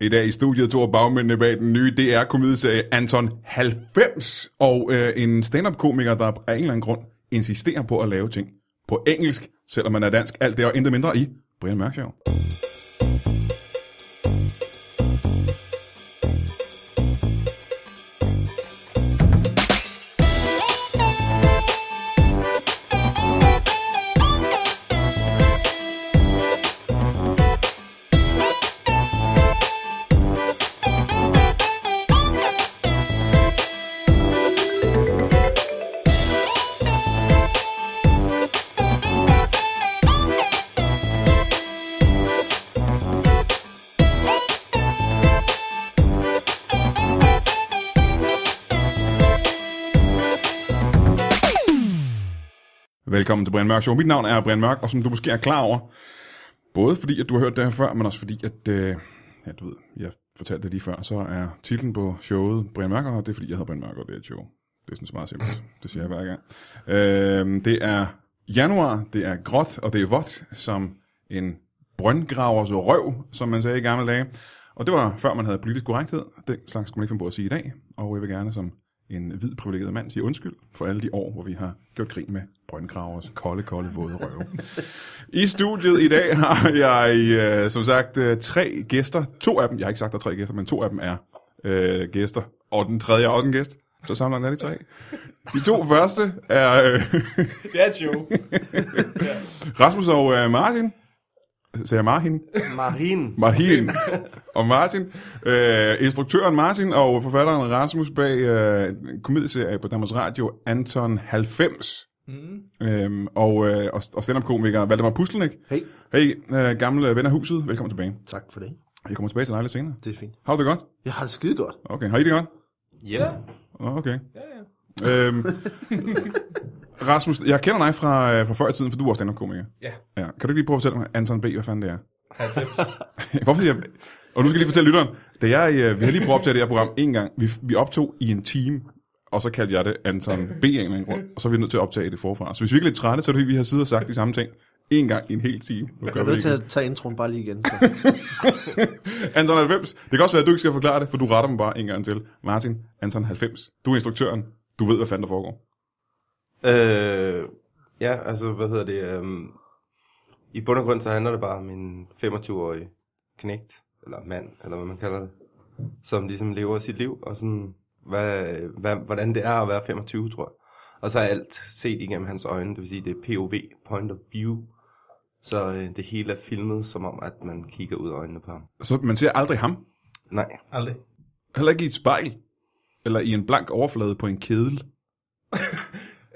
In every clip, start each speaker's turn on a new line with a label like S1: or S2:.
S1: I dag i studiet to af bagmændene bag den nye DR-komedieserie Anton 90, og øh, en stand-up-komiker, der af en eller anden grund insisterer på at lave ting på engelsk, selvom man er dansk. Alt det og intet mindre i Brian Mørk Show. Velkommen til Brian Mørk Show. Mit navn er Brian Mørk, og som du måske er klar over, både fordi, at du har hørt det her før, men også fordi, at øh, ja, du ved, jeg fortalte det lige før, så er titlen på showet Brian Mørk, og det er fordi, jeg hedder Brian Mørk, og det er et show. Det er sådan så meget simpelt. Det siger jeg hver gang. Øh, det er januar, det er gråt, og det er vådt, som en brøndgraver så røv, som man sagde i gamle dage. Og det var før man havde politisk korrekthed. Den slags skulle man ikke finde på at sige i dag. Og jeg vil gerne som en hvid privilegeret mand sige undskyld for alle de år, hvor vi har gjort krig med brøndgravers kolde, kolde, våde røve. I studiet i dag har jeg øh, som sagt øh, tre gæster. To af dem, jeg har ikke sagt, der er tre gæster, men to af dem er øh, gæster. Og den tredje er også en gæst. Så samler den alle tre. De to første er øh,
S2: Det er et show.
S1: Rasmus og øh, Martin. Sagde jeg Martin?
S2: Marin.
S1: Martin og Martin. Øh, instruktøren Martin og forfatteren Rasmus bag øh, en komedieserie på Danmarks Radio, Anton 90.
S2: Mm-hmm.
S1: Mm. Øhm, og, øh, og, og stand-up-komiker Valdemar Pustelnik.
S3: Hey.
S1: Hey, øh, gamle ven af huset. Velkommen tilbage.
S3: Tak for det.
S1: Jeg kommer tilbage til dig lidt senere.
S3: Det er fint.
S1: Har du det godt?
S3: Jeg har det skide godt.
S1: Okay, har I det godt?
S2: Ja.
S1: Åh, Okay. Ja, ja. Øhm, Rasmus, jeg kender dig fra, øh, fra før i tiden, for du er også stand-up-komiker.
S2: Ja.
S1: ja. Kan du ikke lige prøve at fortælle mig, Anton B., hvad fanden det er? Hvorfor siger jeg... Og nu skal jeg lige fortælle lytteren. Da jeg, øh, vi har lige prøvet at optage det her program en gang. Vi, vi optog i en time, og så kaldte jeg det Anton B. af en eller anden grund, og så er vi nødt til at optage det forfra. Så hvis vi ikke er lidt trætte, så er det fordi, vi har siddet og sagt de samme ting en gang i en hel time. Nu
S3: Jeg
S1: gør
S3: er
S1: vi
S3: nødt
S1: det
S3: til
S1: igen.
S3: at tage introen bare lige igen. Så.
S1: Anton 90. Det kan også være, at du ikke skal forklare det, for du retter mig bare en gang til. Martin, Anton 90. Du er instruktøren. Du ved, hvad fanden der foregår.
S4: Øh, ja, altså, hvad hedder det? Øhm, I bund og grund, så handler det bare om en 25-årig knægt, eller mand, eller hvad man kalder det, som ligesom lever sit liv, og sådan, hvad, hvad, hvordan det er at være 25, tror jeg. Og så er alt set igennem hans øjne, det vil sige, det er POV, point of view. Så øh, det hele er filmet, som om, at man kigger ud af øjnene på ham.
S1: Så man ser aldrig ham.
S4: Nej,
S2: Aldrig.
S1: Heller ikke i et spejl. Eller i en blank overflade på en kedel.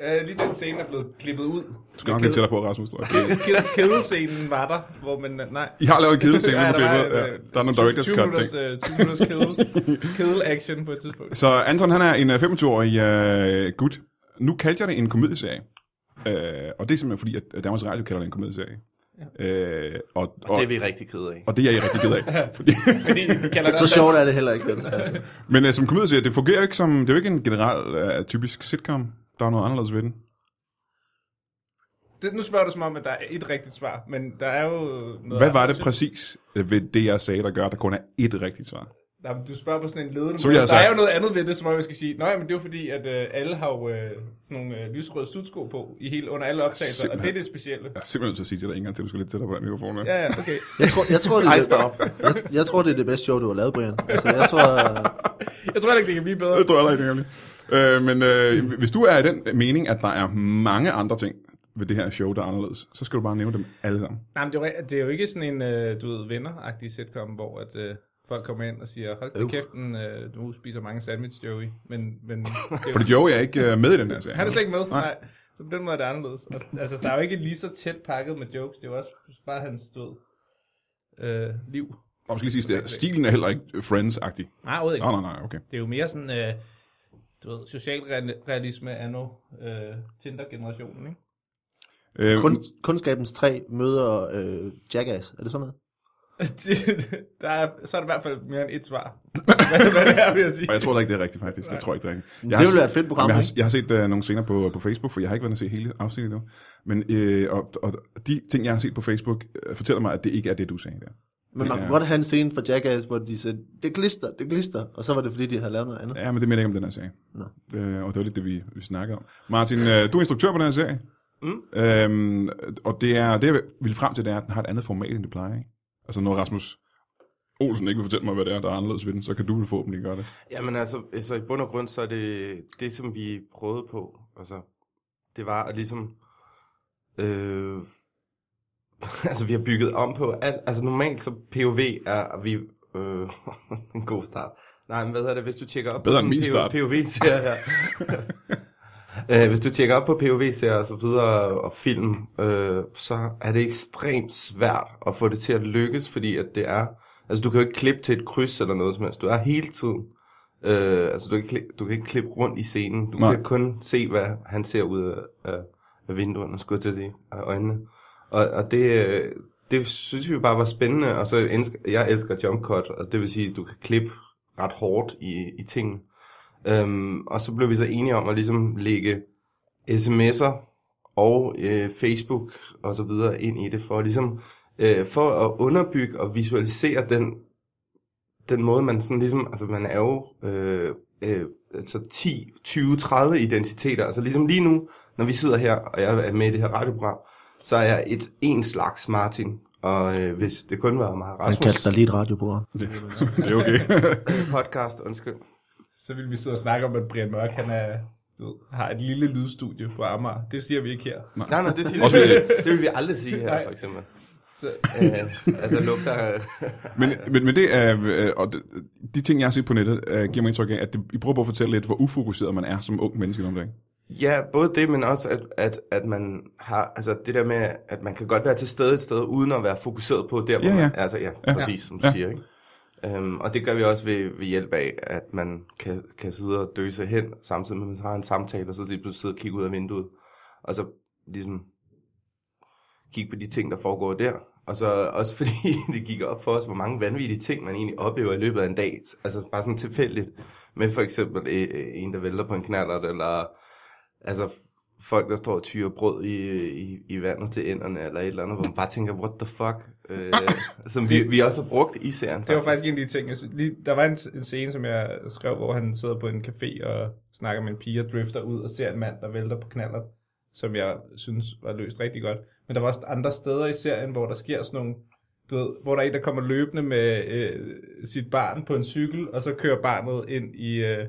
S2: Uh, lige den scene er blevet klippet ud.
S1: Du skal nok lidt tættere på, Rasmus, tror jeg.
S2: Ked- kædescenen var der, hvor man... øh, Nej.
S1: I har lavet en kedelsting, ja,
S2: Ja,
S1: der,
S2: der var,
S1: der,
S2: øh,
S1: der er nogle director's
S2: 20
S1: cut ting.
S2: minutters, øh, 20 minutters kæde- kædel-action på et tidspunkt.
S1: Så Anton, han er en øh, 25-årig øh, gut. Nu kaldte jeg det en komedieserie. Øh, og det er simpelthen fordi, at Danmarks Radio kalder det en komedieserie. Øh, og, og,
S4: det er vi rigtig kede af.
S1: og det er jeg rigtig ked af. fordi,
S2: Fordi vi kalder det
S3: så
S2: også-
S3: sjovt er det heller ikke. Vel? Altså.
S1: men øh, som komedieserie, det fungerer jo ikke som... Det er jo ikke en generel øh, typisk sitcom. Der er noget anderledes ved den.
S2: Det, nu spørger du som om, at der er et rigtigt svar, men der er jo noget...
S1: Hvad var det
S2: præcis?
S1: præcis øh, ved det, jeg sagde, der gør, at der kun er ét rigtigt svar?
S2: Du spørger på sådan en ledende
S1: Så ville
S2: måde.
S1: jeg
S2: Der
S1: have
S2: er jo
S1: sagt-
S2: noget andet ved det, som om jeg skal sige. Nej, men det er jo fordi, at øh, alle har jo øh, sådan nogle øh, lysrøde sudsko på i hele, under alle optagelser, og det er
S1: Simpelthen.
S2: det specielle.
S1: Jeg er simpelthen nødt til at sige til dig en gang til, du skal lidt tættere på den mikrofon. her.
S2: Ja, ja, okay.
S3: Jeg, tror, jeg, tror, det er
S4: Ej,
S3: det,
S4: stop.
S3: jeg, jeg tror, det er det bedste show, du har lavet, Brian. Altså, jeg tror,
S2: Jeg tror heller ikke, det kan blive bedre.
S1: Det tror jeg heller ikke, nemlig. Øh, men
S3: Mm.
S1: øh, hvis du er i den mening, at der er mange andre ting ved det her show, der er anderledes, så skal du bare nævne dem alle sammen.
S2: Nej, men det er, jo, det er jo ikke sådan en, øh, du ved, venner-agtig sitcom, hvor at, øh, folk kommer ind og siger, hold øh.
S3: Øv.
S2: kæften, øh, du spiser mange sandwich, Joey. Men, men det er jo,
S1: Fordi Joey er ikke øh, med i den her serie.
S2: han er slet ikke med.
S1: Nej.
S2: Nej. Nej. Så på den måde er det anderledes. Og- Altså, der er jo ikke lige så tæt pakket med jokes. Det er jo også bare hans død. Øh, liv.
S1: Og man skal lige sige, at stilen er heller ikke Friends-agtig.
S2: Nej, overhovedet ikke.
S1: Nej, nej, nej, okay.
S2: Det er jo mere sådan, øh, du ved, socialrealisme anno øh, Tinder-generationen, ikke?
S1: Øh,
S3: kun, kunskabens tre møder øh, Jackass. Er det sådan noget?
S2: Det- der er, så er det i hvert fald mere end et svar. Hvad, hvad det er, vil jeg sige.
S1: og jeg tror da ikke, det er rigtigt, faktisk. Jeg tror ikke, det er rigtigt. Jeg
S3: det
S1: har
S3: ville
S1: se-
S3: være et fedt program,
S1: Jeg har,
S3: ikke?
S1: jeg har set øh, nogle scener på, på Facebook, for jeg har ikke været at se hele afsnittet endnu. Men øh, og, og de ting, jeg har set på Facebook, øh, fortæller mig, at det ikke er det, du sagde der.
S3: Men man kunne godt have en scene fra Jackass, hvor de sagde, det glister, det glister, og så var det fordi, de havde lavet noget andet.
S1: Ja, men det mener jeg ikke om den her serie.
S3: Nå.
S1: Øh, og det var lidt det, vi, vi snakkede om. Martin, øh, du er instruktør på den her serie.
S4: Mm.
S1: Øhm, og det, er, det jeg vil frem til, det er, at den har et andet format, end det plejer. Ikke? Altså når Rasmus Olsen ikke vil fortælle mig, hvad det er, der er anderledes ved den, så kan du vel forhåbentlig gøre det.
S4: Jamen altså, altså, i bund og grund, så er det det, som vi prøvede på. Altså, det var at ligesom... Øh, altså, vi har bygget om på alt. Altså, normalt så POV er at vi... Øh, en god start. Nej, men hvad hedder det, hvis du tjekker op
S1: Bedre end
S4: sådan
S1: min start.
S4: POV POV-serier her. Øh, hvis du tjekker op på POV-serier og så videre og film, øh, så er det ekstremt svært at få det til at lykkes, fordi at det er... Altså, du kan jo ikke klippe til et kryds eller noget som helst. Du er hele tiden Øh, altså, du kan, ikke, kli- du kan ikke klippe rundt i scenen. Du
S1: Nej.
S4: Nej. kan kun se, hvad han ser ud af, af, af vinduerne, skulle jeg til at sige, af øjnene. Og, og det, øh, det synes vi bare var spændende. Og så elsker, jeg elsker jump cut, og det vil sige, at du kan klippe ret hårdt i, i tingene. Øhm, og så blev vi så enige om at ligesom lægge sms'er og øh, Facebook og så videre ind i det, for ligesom øh, for at underbygge og visualisere den den måde, man sådan ligesom, altså man er jo øh, øh, altså 10, 20, 30 identiteter. Altså ligesom lige nu, når vi sidder her, og jeg er med i det her radioprogram, så er jeg et en slags Martin. Og øh, hvis det kun var mig og
S3: Man kaldte
S4: Rasmus øh,
S3: dig lige et radioprogram.
S1: Det, det er okay.
S4: podcast, undskyld.
S2: Så vil vi sidde og snakke om, at Brian Mørk, han er, du ved, har et lille lydstudie på Amager. Det siger vi ikke her.
S4: Nej, nej, det siger
S1: Også
S4: vi, det vil vi aldrig sige her,
S2: Nej.
S4: for eksempel.
S2: Så,
S4: Øh, altså lugter... øh,
S1: men, men, men det er, øh, og de, de ting, jeg har set på nettet, øh, giver mig indtryk af, at det, I prøver på at fortælle lidt, hvor ufokuseret man er som ung menneske om dagen.
S4: Ja, både det, men også at, at, at man har, altså det der med, at man kan godt være til stede et sted, uden at være fokuseret på der, hvor
S1: Ja, ja.
S4: man er. Altså ja,
S1: Ja.
S4: ja. præcis som du
S1: Ja.
S4: ja. siger, ikke? Um, og det gør vi også ved, ved hjælp af, at man kan, kan sidde og døse hen, samtidig med at man har en samtale, og så lige pludselig sidde og kigge ud af vinduet, og så ligesom kigge på de ting, der foregår der. Og så også fordi det gik op for os, hvor mange vanvittige ting, man egentlig oplever i løbet af en dag. Altså bare sådan tilfældigt med for eksempel øh, øh, en, der vælter på en knallert, eller altså f- folk, der står og tyrer brød i, i, i vandet til enderne, eller et eller andet, hvor man bare tænker, what the fuck, øh, som vi, vi også har brugt i serien.
S2: det var faktisk en af de ting. Jeg synes, lige, der var en, en scene, som jeg skrev, hvor han sidder på en café og snakker med en pige og drifter ud og ser en mand, der vælter på knaller, som jeg synes var løst rigtig godt. Men der var også andre steder i serien, hvor der sker sådan nogle du ved, hvor der er en, der kommer løbende med øh, sit barn på en cykel, og så kører barnet ind i, øh,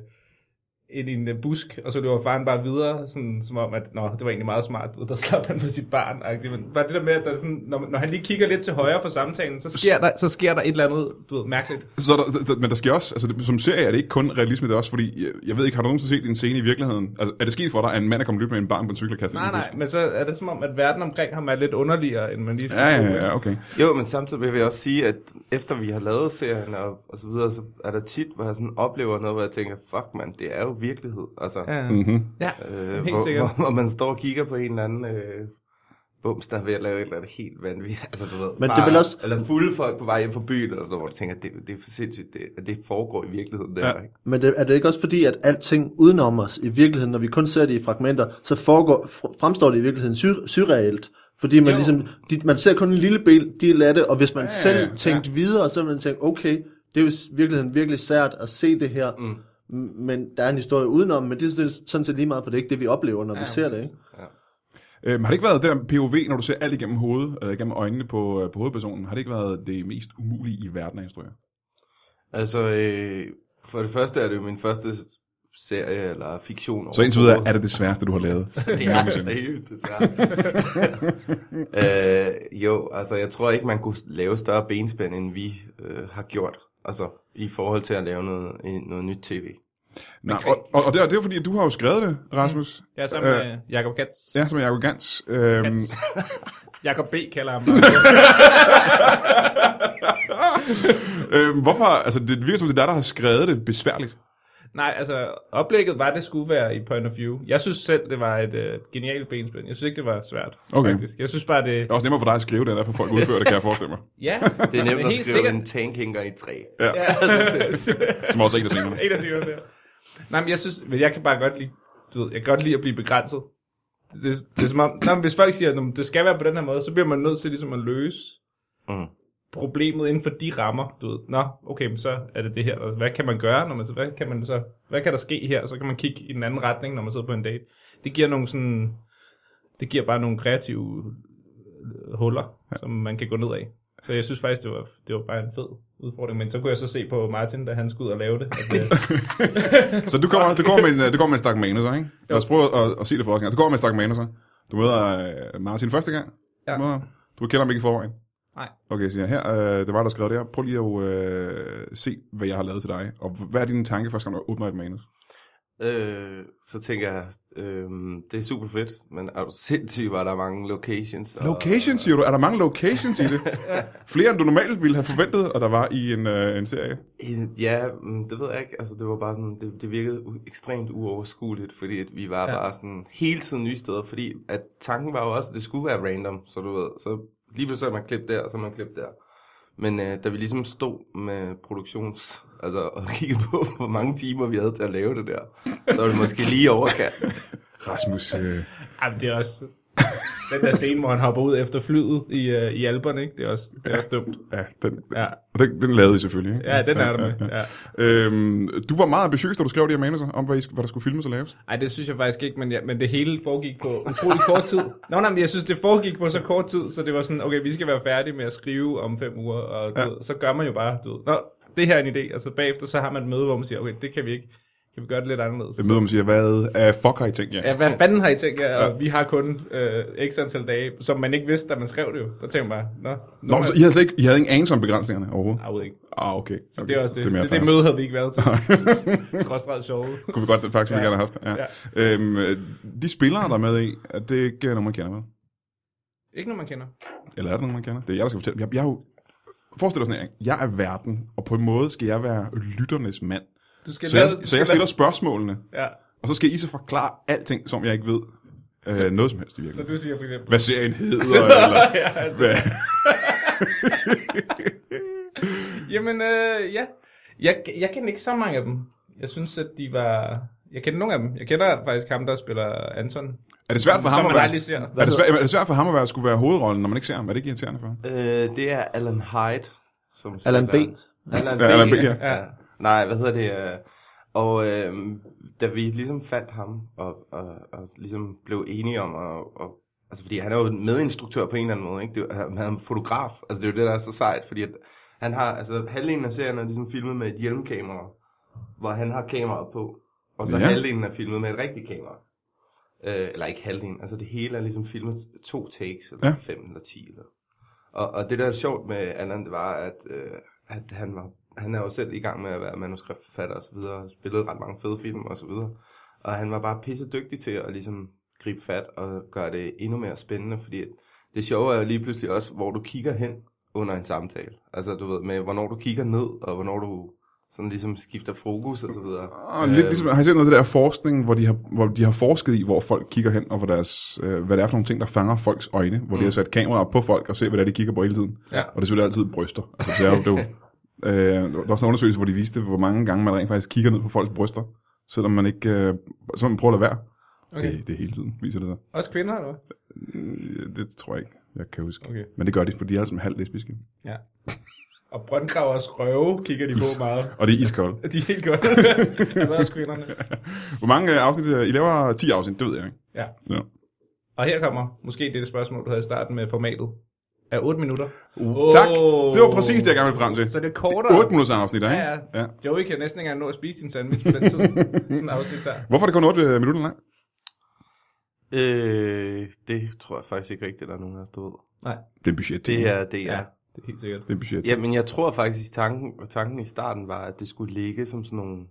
S2: ind i en øh, busk, og så løber faren bare videre, sådan, som om, at Nå, det var egentlig meget smart, ud, der slap han på sit barn. -agtigt. Men bare det der med, at der er sådan, når, når han lige kigger lidt til højre for samtalen, så sker, der, så sker der et eller andet du ved, mærkeligt.
S1: Så er der, der, men der sker også, altså det- som serie er det ikke kun realisme, det er også fordi, jeg, jeg ved ikke, har du nogensinde set en scene i virkeligheden? Altså, er det sket for dig, at en mand er kommet løbende med en barn på en cykel og kastet
S2: Nej,
S1: ind i en
S2: nej, men så er det som om, at verden omkring ham er lidt underligere, end man lige
S1: busk?
S2: skulle
S1: Ja,
S2: tro,
S1: ja,
S2: ikke?
S1: ja, okay.
S4: Jo, men samtidig vil jeg også sige, at efter vi har lavet serien og, og så videre, så er der tit, hvor jeg sådan oplever noget, hvor jeg tænker, fuck mand, det er jo virkelighed. Altså,
S2: Ja, ja.
S1: Mm-hmm.
S4: øh,
S2: helt
S4: hvor,
S2: sikkert.
S4: hvor, hvor, man står og kigger på en eller anden øh, bums, der er ved at lave et eller andet helt vanvittigt. Altså, du ved,
S3: Men det er vel også-
S4: Eller fulde folk på vej hjem fra byen, eller sådan noget, hvor du tænker, det, det er for sindssygt, det, at det foregår i virkeligheden
S1: Ja.
S4: der. Ja. Ikke?
S3: Men det, er det ikke også fordi, at alting udenom os i virkeligheden, når vi kun ser det i fragmenter, så foregår, fr- fremstår det i virkeligheden syr, surrealt? Fordi man,
S2: Jo.
S3: ligesom, de, man ser kun en lille del, del af det, og hvis man ja,
S1: ja.
S3: selv tænkte ja. videre, så ville man tænke, okay, det er jo i virkeligheden virkelig sært at se det her,
S4: Mm.
S3: mm. men der er en historie udenom, men det er sådan- sådan set lige meget, for det er ikke det, vi oplever, når ja, vi ser det. Ikke?
S1: Øhm, har det ikke været det der POV, når du ser alt igennem hovedet, øh, igennem øjnene på, øh, på hovedpersonen, har det ikke været det mest umulige i verden at instruere?
S4: Altså, øh, for det første er det jo min første serie eller fiktion.
S1: Så indtil videre er det det sværeste, du har lavet.
S4: det er seriøst, desværre. øh, jo, altså jeg tror ikke, man kunne lave større benspænd, end vi øh, har gjort. Altså, i forhold til at lave noget, en- noget nyt tv.
S1: Nå, og, og, og det, er, det er jo fordi, at du har jo skrevet det,
S2: Mhm.
S1: Rasmus.
S2: Jeg er sammen med Jacob Katz.
S1: Øh. Ja, som er Jacob Gans. Øhm,
S2: Katz. Jacob B. kalder ham.
S1: øhm, hvorfor, altså det virker som, det er dig, der har skrevet det besværligt.
S2: Nej, altså oplægget var, at det skulle være i point of view. Jeg synes selv, det var et øh, genialt benspænd. Jeg synes ikke, det var svært.
S1: Okay.
S2: Faktisk. Jeg synes bare, det...
S1: Det er også nemmere for dig at skrive det, end der for folk udfører det, kan jeg forestille mig.
S2: Ja,
S4: Det er nemt at
S2: helt
S4: skrive
S2: sikkert.
S4: en tankhænger i træ.
S2: Ja.
S1: Som også er en af scenerne.
S2: ikke der siger det. Nej, men jeg synes... Men jeg kan bare godt lide... Du ved, jeg kan godt lide at blive begrænset. Det, det er som om... Nå, men hvis folk siger, at det skal være på den her måde, så bliver man nødt til ligesom at løse
S4: Mm.
S2: problemet inden for de rammer, du ved, nå, okay, men så er det det her, og hvad kan man gøre, når man så, hvad kan man så, hvad kan der ske her, så kan man kigge i den anden retning, når man sidder på en date. Det giver nogle sådan, det giver bare nogle kreative øh, huller, ja. som man kan gå ned af. Så jeg synes faktisk, det var, det var bare en fed udfordring, men så kunne jeg så se på Martin, da han skulle ud og lave det, at, øh,
S1: Så du kommer, du kommer med en, øh, du kommer med en stak manuser, ikke? Lad os prøve at, at se det for os. Du kommer med en stak manuser. Du møder øh, Martin første gang.
S2: Ja.
S1: Du, møder, ham. du kender ham ikke i forvejen.
S2: Nej.
S1: Okay, siger jeg. Her, øh, det var der skrev det her. Prøv lige at øh, se, hvad jeg har lavet til dig. Og hvad er din tanke første gang, du åbner et manus?
S4: Øh, så tænker jeg, øh, det er super fedt, men er du sindssygt, var der er mange locations. og-
S1: Locations, siger du? Er der mange locations i det? Flere, end du normalt ville have forventet, og der var i en, øh, en serie.
S4: En- Ja, mm, det ved jeg ikke. Altså, det var bare sådan, det, det virkede u- ekstremt uoverskueligt, fordi at vi var
S2: Ja.
S4: ja. bare sådan hele tiden nye steder, fordi at tanken var jo også, at det skulle være random, så du ved, så lige pludselig er man klip der, og så er man klip der. Men øh, da vi ligesom stod med produktions, altså og kiggede på, hvor mange timer vi havde til at lave det der, så var det måske lige overkant.
S1: Rasmus, øh,
S2: Ej, men det er også... Den der scene, hvor han hopper ud efter flyet i, øh, i Alperne, ikke? Det er også, det er også dumt.
S1: ja, den,
S2: Ja,
S1: og den, den lavede I selvfølgelig. Ikke?
S2: ja den er der med. Ja.
S1: Øhm, du var meget ambitiøs, da du skrev de her manuser, om hvad, I, hvad der skulle filmes og laves.
S2: Ej, det synes jeg faktisk ikke, men, ja, men det hele foregik på utrolig kort tid. Nå, nej, men jeg synes, det foregik på så kort tid, så det var sådan, okay, vi skal være færdige med at skrive om fem uger, og du
S1: Ja.
S2: ja. ved, så gør man jo bare, du ved, Nå, det her er en idé, og så bagefter, så har man et møde, hvor man siger, okay, det kan vi ikke. Kan vi gøre det lidt anderledes?
S1: Det møder, man siger, hvad uh, fuck har I tænkt jer?
S2: Ja, hvad fanden har I tænkt jer? Og vi har kun øh, x antal dage, som man ikke vidste, da man skrev det jo. Der tænker man bare, nå,
S1: Nå, men så I havde, slet ikke, I havde ingen anelse om begrænsningerne overhovedet?
S2: jeg ved ikke.
S1: Ah, okay. okay.
S2: Det er også det.
S1: mere
S2: Det, det,
S1: fair.
S2: det møde havde vi ikke været til. Skråstreget sjovt.
S1: Kunne vi godt faktisk ja.
S2: Ja.
S1: gerne have haft. Ja. Ja.
S2: Ja.
S1: Øhm, øh, de spillere, der er med i, er det ikke øh, nogen, man kender med?
S2: Ikke noget, man kender.
S1: Eller er det nogen, man kender? Det er jeg, der skal fortælle. Jeg, jeg er jo... Forestil dig sådan her, ikke? jeg er verden, og på en måde skal jeg være lytternes mand.
S2: Du skal
S1: Så jeg,
S2: lade- du
S1: så jeg
S2: skal
S1: stiller
S2: lade-
S1: spørgsmålene,
S2: Ja,
S1: og så skal I så forklare alting, som jeg ikke ved. Øh, noget som helst i
S2: så
S1: virkeligheden.
S2: du siger for eksempel.
S1: Hvad serien hedder, eller...
S2: ja,
S1: Hvad?
S2: jamen, øh, ja. Jeg, jeg kender ikke så mange af dem. Jeg synes, at de var... Jeg kender nogle af dem. Jeg kender faktisk ham, der spiller Anton.
S1: Er det svært for ham
S2: som
S1: at
S2: man
S1: være...
S2: aldrig ser.
S1: Er det, svært, er det svært for ham at være, skulle være hovedrollen, når man ikke ser ham? Er det ikke irriterende for ham?
S4: Øh, det er Alan Hyde. Som
S3: Alan B.
S4: Alan B.
S1: Ja, Alan B, ja.
S4: ja. ja. Nej, hvad hedder det? øh, Og øh, da vi ligesom fandt ham, og, og, og ligesom blev enige om, og, og, altså fordi han er jo en medinstruktør på en eller anden måde, ikke? Det, er jo- han er en fotograf, altså det er jo det, der er så sejt, fordi at han har, altså halvdelen af serien er ligesom filmet med et hjelmkamera, hvor han har kameraet på, og så
S1: Ja.
S4: ja. halvdelen er filmet med et rigtigt kamera. Øh, eller ikke halvdelen, altså det hele er ligesom filmet to takes,
S1: Ja.
S4: eller ja. fem eller ti. Eller. Og, og det der er sjovt med Allan, det var, at, øh, at han, var, han er jo selv i gang med at være manuskriptforfatter og så videre, og spillede ret mange fede film og så videre. Og han var bare pisse dygtig til at ligesom gribe fat og gøre det endnu mere spændende, fordi at det sjove er jo lige pludselig også, hvor du kigger hen under en samtale. Altså du ved, med hvornår du kigger ned, og hvornår du sådan ligesom skifter fokus og så videre.
S1: Og lidt ligesom, har I set noget af det der forskning, hvor de, har, hvor de har forsket i, hvor folk kigger hen, og hvor deres, øh, hvad det er for nogle ting, der fanger folks øjne, hvor mm. de
S4: Mm.
S1: har sat kameraer på folk og se, hvad det er, de kigger på hele tiden.
S2: Ja.
S1: Og det er selvfølgelig altid bryster. Altså, det er jo, det er jo, øh, der var sådan en undersøgelse, hvor de viste, hvor mange gange man rent faktisk kigger ned på folks bryster, selvom man ikke øh, selvom man prøver at lade være. Okay.
S2: Okay.
S1: Det, det er hele tiden, viser det sig.
S2: Også kvinder, eller hvad?
S1: Øh, Det tror jeg ikke, jeg kan huske. Okay.
S2: Okay.
S1: Men det gør de, fordi de er altså halvt lesbiske.
S2: Og brøndgravers røve kigger de på meget.
S1: Og det er iskoldt.
S2: De er helt godt. altså også kvinderne.
S1: Hvor mange øh, afsnit? øh, I laver 10 afsnit, det ved jeg ikke.
S2: Og her kommer måske det spørgsmål, du havde i starten med formatet. Er 8 minutter.
S1: Uh. Tak. Det var præcis det, jeg gerne ville frem til.
S2: Så det er kortere.
S1: 8 minutters afsnit, der, ikke?
S2: Ja,
S1: ja.
S2: Joey kan næsten ikke engang nå at spise sin sandwich på den tid. Sådan en afsnit tager.
S1: Hvorfor er det kun 8 minutter langt?
S4: Øh, det tror jeg faktisk ikke rigtigt, der er nogen af os, der ved.
S1: Det er en budget.
S4: Det er DR. Ja.
S2: det er helt sikkert.
S1: Det er en budget. Ja.
S4: Jamen, jeg tror faktisk, tanken, tanken i starten var, at det skulle ligge som sådan nogle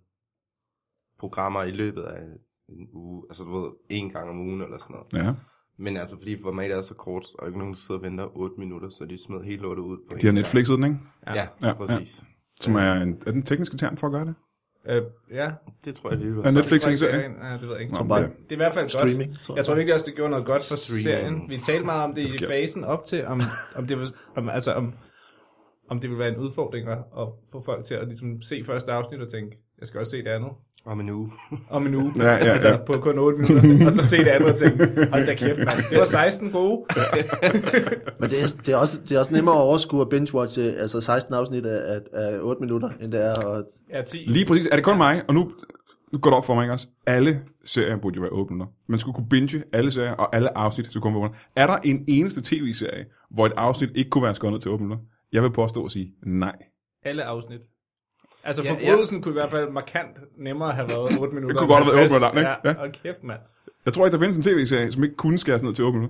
S4: programmer i løbet af en uge. Altså, du ved, en gang om ugen eller sådan noget.
S1: ja.
S4: Men altså, fordi formatet er så kort, og ikke nogen der sidder og venter 8 minutter, så de smed helt lortet ud på
S1: De har Netflixet den, ikke?
S4: Ja, ja,
S1: Ja,
S4: ja, præcis.
S1: Som er, en, er den tekniske term for at gøre det?
S2: Øh, ja.
S4: Det tror jeg, det
S1: Er
S4: var
S1: Netflix-
S2: Jeg tror ikke,
S1: en serie?
S2: det er en- Nej, det ved jeg ikke.
S1: Nå,
S2: Nå,
S1: men
S3: bare-
S1: det-
S2: det er i hvert fald
S3: Streaming.
S2: godt. Jeg tror virkelig også, det gjorde noget godt for
S4: Streaming.
S2: serien. Vi talte meget om det i
S1: Forkert.
S2: fasen op til, om, om, det, var, om, altså, om, om det ville være en udfordring at, at få folk til at ligesom, se første afsnit og tænke, jeg skal også se det andet.
S4: Om en uge.
S2: om en uge.
S1: Ja, ja, ja.
S2: altså på kun 8 minutter. Og så se det andet og tænke, hold da kæft, mand. Det var 16 gode.
S3: Men det er, det, er også, det er også nemmere at overskue at binge-watche altså 16 afsnit af, af, af 8 minutter, end det er at...
S2: Ja, 10.
S1: Lige præcis. Er det kun mig? Og nu, nu går det op for mig, ikke også? Alle serier burde jo være åbne. Man skulle kunne binge alle serier, og alle afsnit skulle kunne være åbne. Er der en eneste tv-serie, hvor et afsnit ikke kunne være skåret ned til åbne? Jeg vil påstå at sige nej.
S2: Alle afsnit. Altså
S4: Ja,
S2: forbrydelsen kunne i hvert fald markant nemmere have været 8 minutter.
S1: Det kunne godt have været
S2: 50.
S1: 8 minutter, ikke?
S2: Ja,
S1: Ja.
S2: og kæft, mand.
S1: Jeg tror ikke, der findes en tv-serie, som ikke kunne skæres ned til åbne.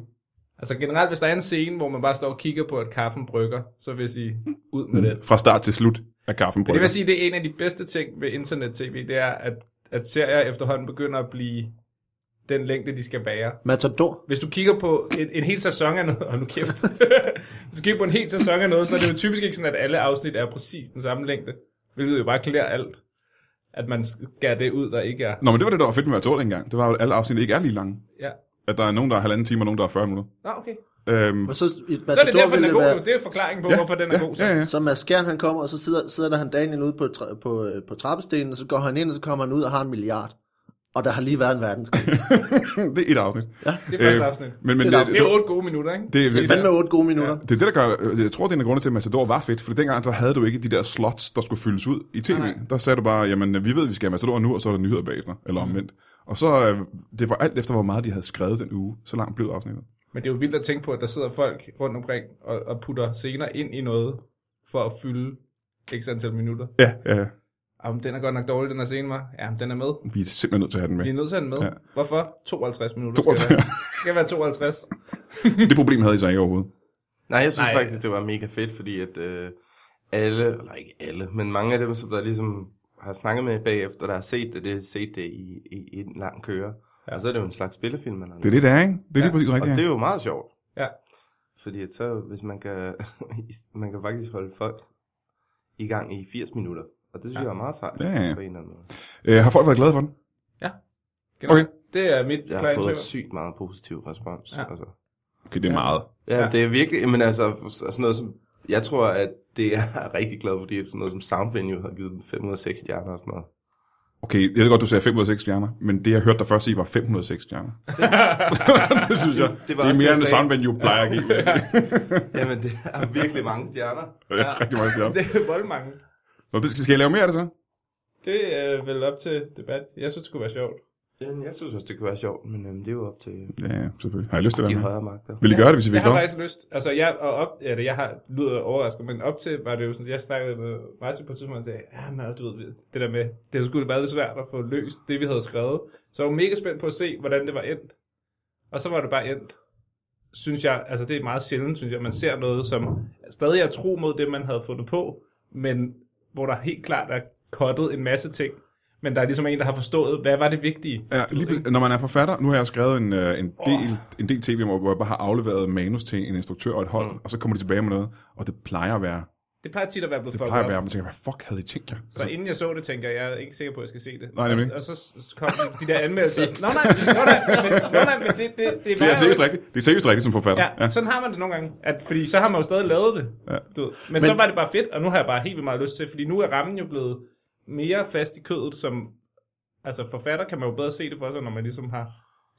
S2: Altså generelt, hvis der er en scene, hvor man bare står og kigger på, at kaffen brygger, så vil jeg sige, ud med det.
S1: Fra start til slut af kaffen på.
S2: Men det vil sige, det er en af de bedste ting ved internet-tv, det er, at, at serier efterhånden begynder at blive den længde, de skal være.
S3: Matador.
S2: Hvis du kigger på en, en hel sæson af noget, og nu kæft, hvis du kigger på en hel sæson af noget, så er det jo typisk ikke sådan, at alle afsnit er præcis den samme længde, hvilket jo bare klæder alt, at man skærer det ud, der ikke er.
S1: Nå, men det var det, der var fedt med at tåle dengang. Det var jo, at alle afsnit ikke er lige lange.
S2: Ja.
S1: At der er nogen, der er halvanden time, og nogen, der er 40 minutter.
S2: Nå, okay.
S1: Øhm,
S3: Og så,
S2: Så
S3: et
S2: er det
S3: Matador
S2: derfor, den er
S3: ville
S2: god
S3: være-
S2: nu. Det er forklaringen på,
S1: ja,
S2: hvorfor den er
S1: ja,
S2: god. Så.
S1: Ja, ja.
S3: Så Mads Skjern, han kommer, og så sidder, sidder der han Daniel ude på, tra- på, øh, på trappestenen, og så går han ind, og så kommer han ud og har en milliard. Og der har lige været en verdenskrig.
S1: det er et afsnit.
S2: Det er første
S1: Øh,
S2: afsnit.
S1: Men, men
S3: Det er
S1: det,
S2: Det er otte gode minutter, ikke?
S1: det,
S3: Det er fandme otte gode minutter.
S1: Det er det, der gør, jeg tror, det er en af grunde til, at Matador var fedt, for dengang der havde du ikke de der slots, der skulle fyldes ud i tv.
S2: Nej, nej.
S1: Der sagde du bare, jamen vi ved, vi skal have Matador nu, og så er der nyheder bagefter, eller
S2: Mhm.
S1: omvendt. Og så, øh, det var alt efter, hvor meget de havde skrevet den uge, så langt blev afsnittet.
S2: Men det er jo vildt at tænke på, at der sidder folk rundt omkring og, og putter scener ind i noget, for at fylde x antal minutter.
S1: Ja, ja,
S2: Jamen, den er godt nok dårlig, den her scene, var. Jamen, den er med.
S1: vi er simpelthen nødt til at have den med.
S2: Vi er nødt til at have den med.
S1: Ja.
S2: Ja. Hvorfor? 52 minutter.
S1: 52.
S2: Skal det være. Det skal være 52.
S1: Det problem havde I så ikke overhovedet.
S4: Nej, jeg synes
S2: Nej.
S4: Nej. faktisk, det var mega fedt, fordi at øh, alle, eller ikke alle, men mange af dem, som der ligesom har snakket med bagefter, der har set det, det har set det i, i, i en lang køre. Ja. Og så er det jo en slags spillefilm eller
S1: Det er det, der er, ikke? Det er lige
S2: Ja,
S1: præcis
S4: Og
S1: rigtigt.
S4: det er
S1: ja.
S4: jo meget sjovt.
S2: Ja.
S4: Fordi at så, hvis man kan, man kan faktisk holde folk i gang i 80 minutter. Og det synes
S2: Ja.
S4: ja. jeg er meget sejt.
S1: Ja, ja.
S4: På en eller anden måde.
S1: Øh, har folk været glade for den? Okay.
S2: Det er mit
S4: Jeg
S2: klare
S4: har fået
S2: indtryk.
S4: sygt meget positiv respons.
S2: Ja.
S4: Altså.
S1: Okay, det er
S2: Ja.
S1: meget.
S4: Ja,
S2: Ja.
S4: ja, det er virkelig, men altså, og sådan noget som, jeg tror, at det jeg er rigtig glad for, fordi sådan noget som Soundvenue har givet dem 506 stjerner og sådan noget.
S1: Okay, jeg ved godt, du sagde 506 stjerner, men det, jeg hørte dig først sige, var 506 stjerner. det synes jeg, det,
S4: Det
S1: det er
S4: var også det,
S1: mere
S4: jeg
S1: end det
S4: sagde.
S1: samme, end you plejer at give. Ja.
S4: Jamen, det er virkelig mange stjerner.
S1: Det er rigtig meget stjerner.
S2: Det er voldmange.
S1: Nå, det skal, skal jeg lave mere af det så?
S2: Det er vel op til debat. Jeg synes, det skulle være sjovt.
S4: Jamen, jeg synes også, det kunne være sjovt, men øhm, det er jo op til
S1: Ja, selvfølgelig. Har jeg lyst til at
S4: de
S1: være med?
S4: højere magter.
S1: Vil I gøre det, hvis I vil
S2: Jeg har
S1: gøre det?
S2: faktisk lyst. Altså, jeg, og op, eller jeg har lyder overrasket, men op til var det jo sådan, jeg snakkede med Martin på et tidspunkt, og sagde, ja, men altså, du ved, det der med, det skulle være lidt svært at få løst det, vi havde skrevet. Så jeg var mega spændt på at se, hvordan det var endt. Og så var det bare endt. Synes jeg, altså det er meget sjældent, synes jeg, man ser noget, som stadig er tro mod det, man havde fundet på, men hvor der helt klart er kottet en masse ting, men der er ligesom en, der har forstået, hvad var det vigtige.
S1: Ja, lige, præcis. når man er forfatter, nu har jeg skrevet en, øh, en del, oh. en del tv, hvor jeg bare har afleveret manus til en instruktør og et hold, mm.
S4: Mm.
S1: og så kommer de tilbage med noget, og det plejer at være,
S2: Det plejer tit at være blevet
S1: det
S2: fucket
S1: plejer at
S2: op.
S1: være, og man tænker, hvad fuck havde I tænkt jer?
S2: Så inden jeg så det, tænker jeg, jeg er ikke sikker på, at jeg skal se det.
S1: Nej, nemlig.
S2: og, og så s- kom de der anmeldelser. Nå nej, nå nej, men, nå, nej, men det, det, det er
S1: det er
S2: værre.
S1: seriøst rigtigt. Det er seriøst rigtigt som forfatter.
S2: Ja, ja, sådan har man det nogle gange. At, fordi så har man jo stadig lavet det.
S1: Ja.
S2: Du ved. Men, men så var det bare fedt, og nu har jeg bare helt vildt meget lyst til, fordi nu er rammen jo blevet mere fast i kødet, som altså forfatter kan man jo bedre se det for sig, når man ligesom har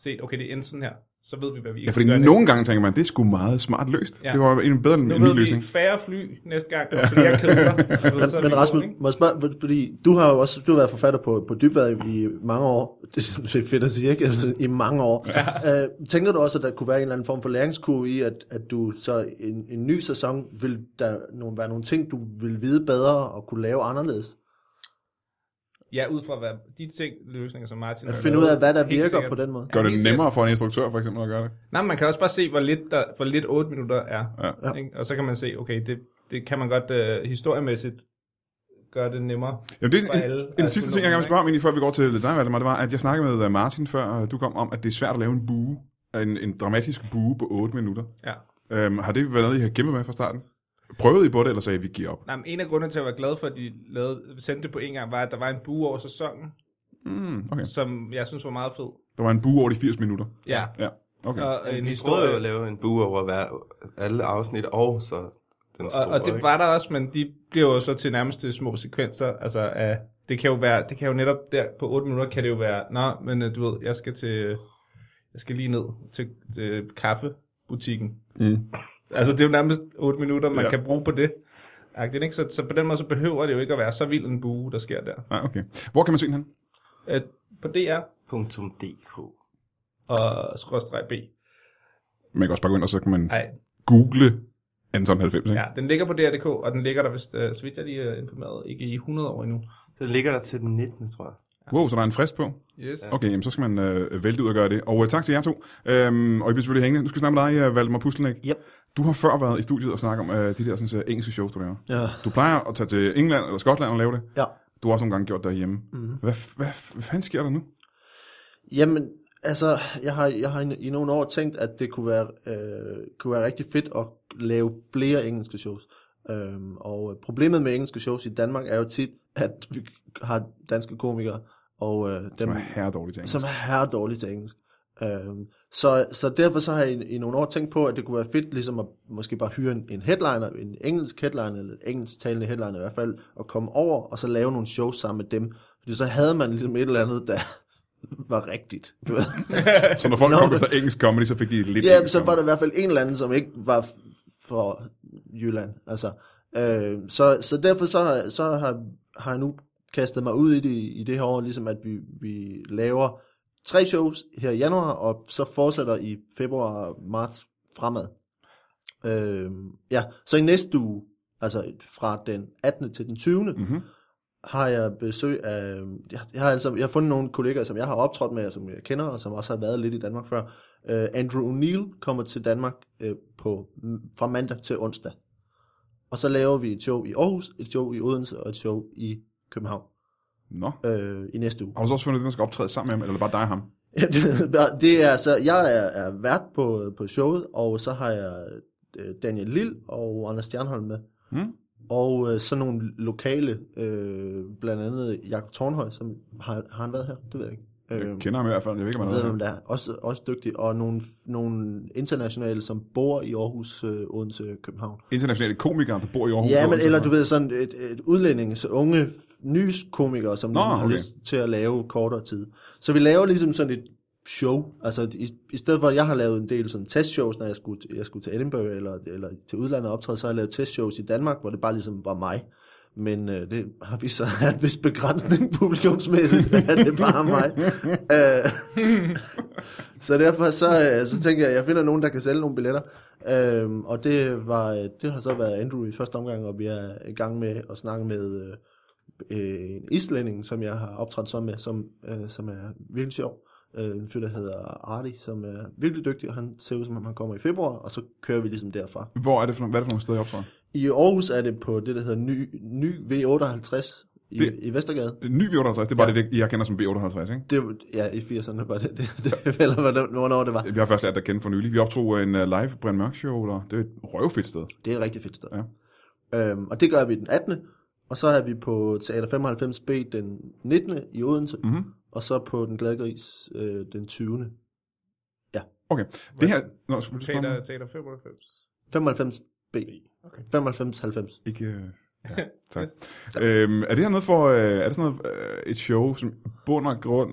S2: set, okay, det er sådan her, så ved vi, hvad vi
S1: ja
S2: ikke
S1: fordi
S2: skal gøre
S1: nogle gange tænker man, det er sgu meget smart løst.
S2: Ja.
S1: Det var en bedre end
S2: næste.
S1: en
S2: Nu
S1: ny
S2: ved
S1: løsning.
S2: vi færre fly næste gang, og flere kedler. Du ved, så er
S3: Men,
S2: vi
S3: men Rasmus,
S2: gode, ikke?
S3: må jeg spørge, fordi du har jo også du har været forfatter på, på Dybvad i mange år. Det er sådan set fedt at sige, ikke? Altså, I mange år. Ja. Øh, tænker du også, at der kunne være en eller anden form for læringskurve i, at, at du så en, en ny sæson, vil der nogle, være nogle ting, du vil vide bedre og kunne lave anderledes?
S2: Ja, ud fra hvad, de ting, løsninger, som Martin
S3: At
S2: har
S3: finde ud
S2: lavet.
S3: af, hvad der
S2: Helt
S3: virker
S2: sikkert.
S3: på den måde?
S1: Gør
S2: helt
S1: det
S2: sikkert.
S1: nemmere for en instruktør for eksempel at gøre det?
S2: Nej, men man kan også bare se, hvor lidt, der, hvor lidt 8 minutter er.
S1: Ja.
S3: Ja.
S2: Ikke? Og så kan man se, okay, det, det kan man godt øh, historiemæssigt gøre det nemmere.
S1: Jamen, det
S2: For
S1: er en,
S2: alle altså,
S1: en, en
S2: er
S1: sidste
S2: sgu
S1: ting, jeg gerne
S2: nogen,
S1: vil
S2: ikke?
S1: spørge om, inden før vi går til dig, Valdemar, det var, at jeg snakkede med øh, Martin før øh, du kom om, at det er svært at lave en bue, en, en dramatisk bue på 8 minutter.
S2: Ja.
S1: Øhm, har det været noget, I har kæmpet med fra starten? Prøvede I på det, eller sagde I, vi giver op?
S2: Nej, men en af grundene til, at jeg var glad for, at de lavede, sendte det på en gang, var, at der var en bue over sæsonen,
S1: Mm, okay.
S2: som jeg synes var meget fed.
S1: Der var en bue over de 80 minutter.
S2: Ja.
S1: Ja, okay.
S2: Og en
S4: Vi prøvede jo
S2: historie.
S4: at lave en bue over hver, alle afsnit, og så den
S2: Og,
S4: store,
S2: og det
S4: ikke?
S2: var der også, men de blev jo så til nærmest til små sekvenser altså af Det kan jo være, det kan jo netop der på 8 minutter, kan det jo være, nej, men øh, du ved, jeg skal til, øh, jeg skal lige ned til øh, kaffebutikken.
S1: Mm.
S2: Altså det er jo nærmest 8 minutter, man
S1: Ja.
S2: ja. kan bruge på det. Agtigt, ikke? Så, så på den måde, så behøver det jo ikke at være så vild en bue, der sker der.
S1: Ah, okay. Hvor kan man se den hen?
S2: Øh, på DR
S4: .dk.
S2: og skråstreg B.
S1: Man kan også bare gå ind, og så kan man
S2: Nej,
S1: google Anton 90, ikke?
S2: ja, den ligger på DR.dk, og den ligger der, vist, øh, så vidt jeg lige er informeret, ikke i 100 år endnu.
S4: Så ligger der til den 19. tror jeg.
S1: Wow, så der er en frist på.
S2: Yes. Ja.
S1: Okay, jamen, så skal man øh, vælte ud og gøre det. Og øh, tak til jer to. Øhm, og I bliver selvfølgelig hængende. Nu skal vi snakke med dig, øh, Valdemar Puslenik.
S3: Yep.
S1: Du har før været i studiet og snakket om øh, de der sådan, øh, engelske shows, du laver.
S3: Ja.
S1: Du plejer at tage til England eller Skotland og lave det.
S3: ja.
S1: Du har også nogle gange gjort det derhjemme.
S3: Mhm.
S1: Hvad, f- hvad, f- hvad fanden sker der nu?
S3: Jamen, altså, jeg har, jeg har i, i nogle år tænkt, at det kunne være, øh, kunne være rigtig fedt at lave flere engelske shows. Øhm, og øh, problemet med engelske shows i Danmark er jo tit, at vi har danske komikere, og øh,
S1: Dem
S3: dem,
S1: er herre dårlige ting.
S3: som er herre dårligt til engelsk. Øhm, så, så derfor så har jeg i, i nogle år tænkt på, at det kunne være fedt ligesom at måske bare hyre en, en headliner, en engelsk headliner, eller en engelsktalende headliner i hvert fald, og komme over og så lave nogle shows sammen med dem. Fordi så havde man ligesom et eller andet, der var rigtigt. du ved.
S1: Så når folk
S3: Nå,
S1: kom
S3: men-
S1: så engelsk comedy, så fik de lidt
S3: ja,
S1: engelsk
S3: så var
S1: comedy.
S3: der i hvert fald en eller anden, som ikke var fra Jylland. Altså, øh, så, så derfor så, har- så har, har jeg nu kastet mig ud i det i det her år, ligesom at vi, vi laver tre shows her i januar, og så fortsætter i februar og marts fremad. Øh, ja, så i næste uge, altså fra den 18. til den 20. Mm
S1: Mhm.
S3: har jeg besøg af... Jeg, jeg, har altså, jeg har fundet nogle kollegaer, som jeg har optrådt med, og som jeg kender, og som også har været lidt i Danmark før. Uh, Andrew O'Neill kommer til Danmark uh, på, fra mandag til onsdag. Og så laver vi et show i Aarhus, et show i Odense og et show i København
S1: Nå.
S3: uh, i næste uge.
S1: Har du så også fundet, at man skal optræde sammen med ham, eller bare dig og ham?
S3: det er så, jeg er, er vært på, på showet, og så har jeg øh, Daniel Lille og Anders Stjernholm med.
S1: Mm?
S3: Og øh, sådan nogle lokale, øh, blandt andet Jakob Tornhøj, som har, har han været her? Det ved jeg ikke. Øhm,
S1: Jeg kender ham i hvert fald. Jeg ved ikke, om
S3: jeg
S1: han
S3: ved,
S1: er
S3: hvem
S1: der.
S3: der er. Også, også dygtig. Og nogle, nogle internationale, som bor i Aarhus, øh, Odense, København.
S1: Internationale komikere, der bor i Aarhus.
S3: Ja, men
S1: Odense,
S3: eller du ved, sådan et, et udlændinges unge nye komikere, som
S1: Nå,
S3: Nå, har
S1: okay.
S3: lyst til at lave kortere tid. Så vi laver ligesom sådan et show. Altså i, i stedet for, at jeg har lavet en del sådan testshows, når jeg skulle, jeg skulle til Edinburgh eller, eller til udlandet og optræde, så har jeg lavet testshows i Danmark, hvor det bare ligesom var mig. Men øh, det har vi så at en vis begrænsning publikumsmæssigt, at det er bare mig. Øh, så derfor så, øh, så tænker jeg, at jeg finder nogen, der kan sælge nogle billetter. Øhm, og det, var, øh, det har så været Andrew i første omgang, og vi er i gang med at snakke med øh, øh, en islænding, som jeg har optrådt sammen med, som, øh, som er virkelig sjov. Øh, en fyr, der hedder Arti, som er virkelig dygtig, og han ser ud som om han kommer i februar, og så kører vi ligesom derfra.
S1: Hvor er det for, hvad er det for nogle steder, I optræder?
S3: I Aarhus er det på det, der hedder Ny, ny V58 i,
S1: Det-
S3: i Vestergade.
S1: Ny V58, det er bare
S3: Ja.
S1: det, jeg kender som V58, ikke?
S3: Det, var- ja, i 80'erne var det, det, det eller hvordan- hvornår det var.
S1: Vi har først lært at kende for nylig. Vi optog en øh, live Brian Mørk show, der. det er et røvfedt sted.
S3: Det er et rigtig fedt sted. Ja. Øhm, og det gør vi den 18. Og så er vi på Teater 95B den 19. i Odense. Mm.
S1: Mm-hmm.
S3: Og så på Den Glade Gris øh, den 20.
S1: Det her... Nå, skulle du spørge om
S2: Teater,
S1: noget?
S2: teater 95.
S3: 95B.
S2: Okay.
S3: 95-90.
S1: Ikke... øh, Ja, tak. øhm, er det her noget for... Øh, er det sådan noget, øh, et show, som bund og grund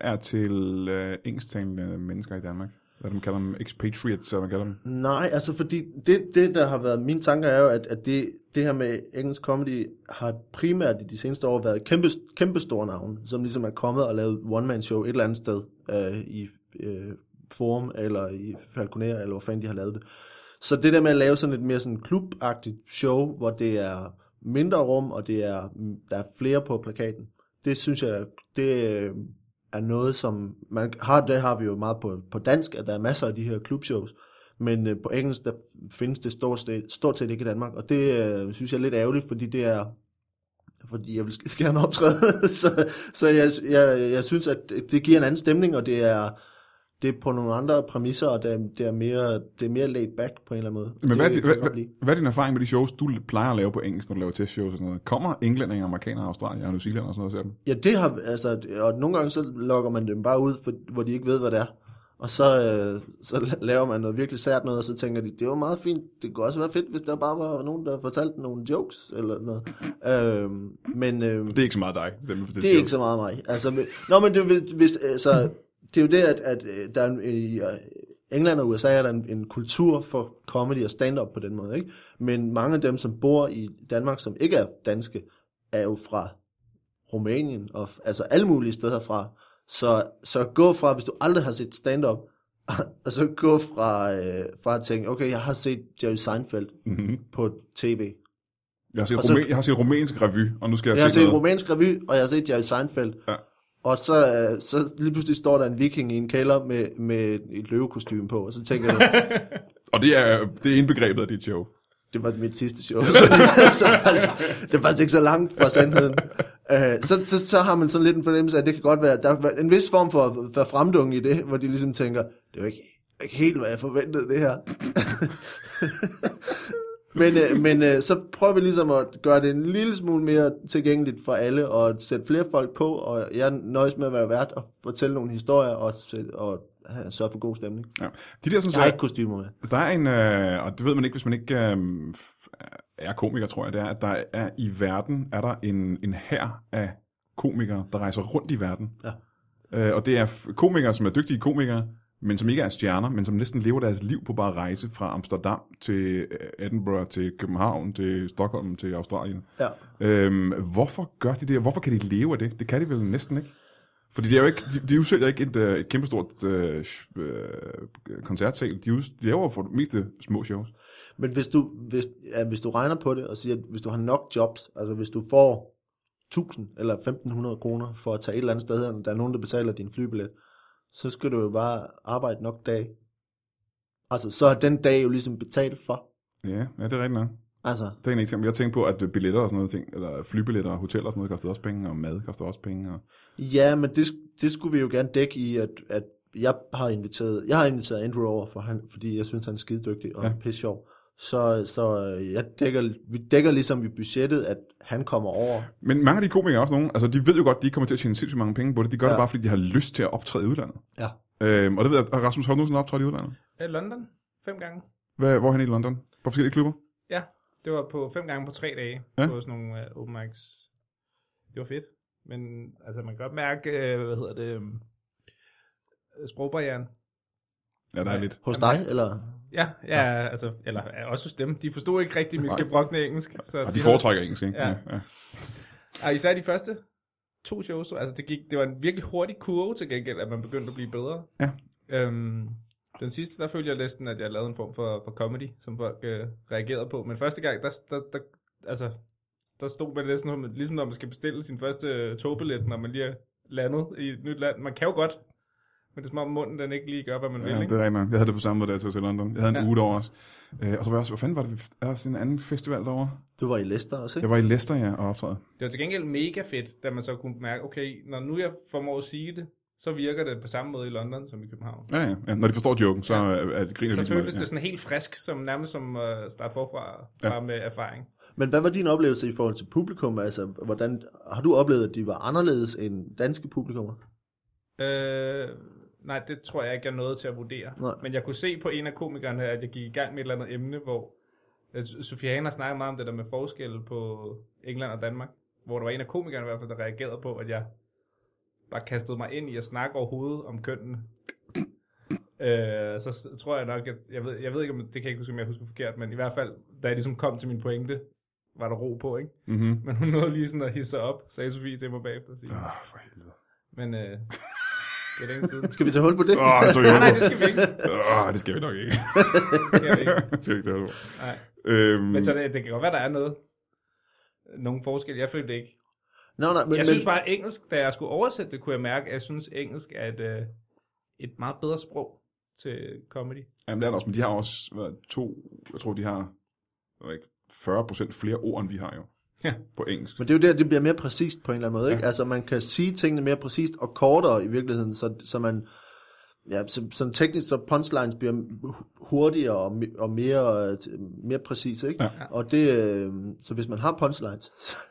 S1: er til øh, engelsktalende mennesker i Danmark? Hvad man kalder dem? Expatriates, eller hvad man kalder dem?
S3: Nej, altså fordi det, det der har været mine tanker er jo, at, at det, det her med engelsk comedy har primært i de seneste år været kæmpe, kæmpe store navne, som ligesom er kommet og lavet one-man-show et eller andet sted øh, i øh, Forum eller i Falconer, eller hvor fanden de har lavet det. Så det der med at lave sådan et mere sådan klubagtigt show, hvor det er mindre rum, og det er, der er flere på plakaten, det synes jeg, det øh, er noget, som man har, det har vi jo meget på, på dansk, at der er masser af de her klubshows, men øh, på engelsk, der findes det stort set, stort set ikke i Danmark, og det øh, synes jeg er lidt ærgerligt, fordi det er, fordi jeg vil sk- gerne optræde, så, så jeg, jeg, jeg synes, at det giver en anden stemning, og det er, det er på nogle andre præmisser, og det er, det er, mere, det er mere laid back på en eller anden måde.
S1: Men
S3: det,
S1: hvad, er
S3: kan
S1: din-
S3: jeg
S1: hvad,
S3: godt
S1: hvad,
S3: lide.
S1: hvad er din erfaring med de shows, du plejer at lave på engelsk, når du laver testshows og sådan noget? Kommer englændere, amerikanere, australier og New Zealand og sådan noget og ser dem?
S3: Ja, det har, altså, og nogle gange så lokker man dem bare ud, for, hvor de ikke ved, hvad det er. Og så, øh, så la- laver man noget virkelig sært noget, og så tænker de, det var meget fint, det kunne også være fedt, hvis der bare var nogen, der fortalte nogle jokes eller noget. øhm, men øhm,
S1: Det er ikke så meget dig. Det, det,
S3: det er ikke så meget mig. Altså, men, nå, men det, er jo- hvis, altså, det er jo det, at, at øh, der er en, i øh, England og USA er der en, en kultur for comedy og stand-up på den måde. Ikke? Men mange af dem, som bor i Danmark, som ikke er danske, er jo fra Rumænien, og f- altså alle mulige steder fra. Så, så gå fra, hvis du aldrig har set stand-up, og så gå fra, øh, fra at tænke, okay, jeg har set Jerry Seinfeld
S1: Mm-hmm.
S3: på tv.
S1: Jeg, har set
S3: Og så-
S1: rumæ- jeg har set rumænsk revy, og nu skal jeg,
S3: Jeg har
S1: se
S3: set
S1: noget.
S3: romansk revy, og jeg har set Jerry Seinfeld.
S1: Ja.
S3: Og så, øh, så lige pludselig står der en viking i en kælder med, med et løvekostume på, og så tænker jeg,
S1: og det er, det er indbegrebet af dit show.
S3: det var mit sidste show. så, det er faktisk, det er faktisk ikke så langt fra sandheden. Øh, så, så, så har man sådan lidt en fornemmelse af, at det kan godt være, der er en vis form for, for fremdung i det, hvor de ligesom tænker, det var ikke, ikke helt, hvad jeg forventede det her. Men, øh, men øh, så prøver vi ligesom at gøre det en lille smule mere tilgængeligt for alle, og sætte flere folk på, og jeg nøjes med at være vært og fortælle nogle historier, og, sæt- og have- sørge for god stemning.
S1: Ja. De der, sådan,
S3: Jeg har ikke kostymer med.
S1: Der er en, øh, og det ved man ikke, hvis man ikke øh, er komiker, tror jeg, det er, at der er i verden, er der en, en hær af komikere, der rejser rundt i verden.
S3: Ja.
S1: Øh, og det er f- komikere, som er dygtige komikere, men som ikke er stjerner, men som næsten lever deres liv på bare at rejse fra Amsterdam til øh, Edinburgh, til København, til Stockholm, til Australien.
S3: Ja.
S1: Øhm, hvorfor gør de det, og hvorfor kan de leve af det? Det kan de vel næsten ikke. Fordi de, er jo ikke, de, de udsælger ikke et, øh, et kæmpestort øh, sh- øh, koncertsal. De, uds- de laver jo for det meste små shows.
S3: Men hvis du, hvis, ja, hvis du regner på det og siger, at hvis du har nok jobs, altså hvis du får 1000 eller 1500 kroner for at tage et eller andet sted hen, og der er nogen, der betaler din flybillet, så skal du jo bare arbejde nok dag. Altså, så er den dag jo ligesom betalt for.
S1: Ja, ja det er rigtigt nok.
S3: Altså,
S1: Det er en eksempel. Jeg tænkte på, at øh, billetter og sådan noget ting, eller flybilletter og hoteller og sådan noget, koster også penge, og mad koster også penge. Og...
S3: ja, men det, det skulle vi jo gerne dække i, at, at jeg har inviteret, jeg har inviteret Andrew over, for han, fordi jeg synes, han er skidedygtig og
S1: Ja.
S3: ja. pisse sjov. Så, så øh, jeg dækker, vi dækker ligesom i budgettet, at han kommer over.
S1: Men mange af de komikere er også nogen, altså de ved jo godt, at de ikke kommer til at tjene sindssygt mange penge på det. De gør ja. det
S3: Ja.
S1: bare, fordi de har lyst til at optræde i udlandet.
S3: Ja.
S1: Øhm, og det ved jeg, at Rasmus, har du nogensinde optrådt i udlandet?
S2: Øh, London, fem gange.
S1: Hvad, hvor er han i London? På forskellige klubber?
S2: Ja, det var på fem gange på tre dage
S1: Ja.
S2: ja. på sådan nogle øh, open mics. Det var fedt, men altså man kan godt mærke, øh, hvad hedder det, øh, sprogbarrieren.
S1: Ja, der er lidt.
S3: Hos dig, eller?
S2: Ja, ja, ja. altså, eller øh, også hos dem. De forstod ikke rigtig mit
S1: Nej.
S2: gebrokne engelsk. Så
S1: Og de foretrækker engelsk, ikke?
S2: Ja.
S1: ja.
S2: Ja, især de første to shows, altså det, gik, det var en virkelig hurtig kurve til gengæld, at man begyndte at blive bedre.
S1: Ja.
S2: Øhm, den sidste, der følte jeg næsten, at jeg lavede en form for, for comedy, som folk øh, reagerede på. Men første gang, der, der, der, altså, der stod man næsten, ligesom når man skal bestille sin første øh, togbillet, når man lige er landet i et nyt land. Man kan jo godt, men det er som om munden den ikke lige gør, hvad man
S1: Ja,
S2: vil.
S1: det
S2: Ikke?
S1: er rigtigt. nok. Jeg havde det på samme måde, da jeg tog til London. Jeg havde en
S2: Ja.
S1: uge derovre også. Øh, og så var jeg også, hvad fanden var det, vi- er der sådan en anden festival derovre?
S3: Du var i Leicester også, ikke?
S1: Jeg var i Leicester, ja, og optræde.
S2: Det var til gengæld mega fedt, da man så kunne mærke, okay, når nu jeg formår at sige det, så virker det på samme måde i London som i København.
S1: Ja, ja, ja. Når de forstår joken, så
S2: Ja.
S1: ja. er det griner
S2: Så
S1: ligesom,
S2: føles
S1: ja.
S2: det sådan helt frisk, som nærmest som at uh, starte forfra
S1: Ja.
S2: ja. bare med erfaring.
S3: Men hvad var din oplevelse i forhold til publikum? Altså, hvordan, har du oplevet, at de var anderledes end danske publikummer?
S2: Øh, nej, det tror jeg ikke, jeg nåede til at vurdere.
S3: Nej.
S2: Men jeg kunne se på en af komikerne, at jeg gik i gang med et eller andet emne, hvor øh, Sofie Hagen har snakket meget om det der med forskel på England og Danmark, hvor der var en af komikerne i hvert fald, der reagerede på, at jeg bare kastede mig ind i at snakke overhovedet om kønnene. Øh, så s- tror jeg nok, at jeg ved, jeg ved ikke, om det kan jeg ikke huske, om jeg husker forkert, men i hvert fald, da jeg ligesom kom til min pointe, var der ro på, ikke?
S1: Mm-hmm.
S2: Men hun nåede lige sådan at hisse sig op, sagde Sofie til mig bagefter. og Sige.
S1: Åh, for helvede.
S2: Men øh, det er længe siden.
S3: Skal vi tage hul på det?
S1: Åh, han tog
S2: nej,
S1: joken.
S2: nej, det skal vi ikke.
S1: Åh, det skal vi nok ikke.
S2: Det skal vi ikke.
S1: det skal vi ikke. det er det.
S2: Nej.
S1: Øhm,
S2: Men så det, det kan godt være, der er noget. Nogle forskel. Jeg følte det ikke.
S3: Nå, nej, men,
S2: Jeg
S3: men,
S2: synes bare, at engelsk, da jeg skulle oversætte det, kunne jeg mærke, at jeg synes, at engelsk er et, øh, et meget bedre sprog til comedy.
S1: jamen, det er der også, men de har også hvad, to, jeg tror, de har jeg ved ikke, 40 procent flere ord, end vi har jo.
S2: Ja.
S1: På engelsk.
S3: men det er jo der, det bliver mere præcist på en eller anden måde. Ikke?
S1: Ja.
S3: Ja. Altså, man kan sige tingene mere præcist og kortere i virkeligheden, så, så man... Ja, så, sådan teknisk, så punchlines bliver hu- hurtigere og, me- og mere, øh, t- mere præcise, ikke?
S1: Ja.
S3: Og det, øh, så hvis man har punchlines,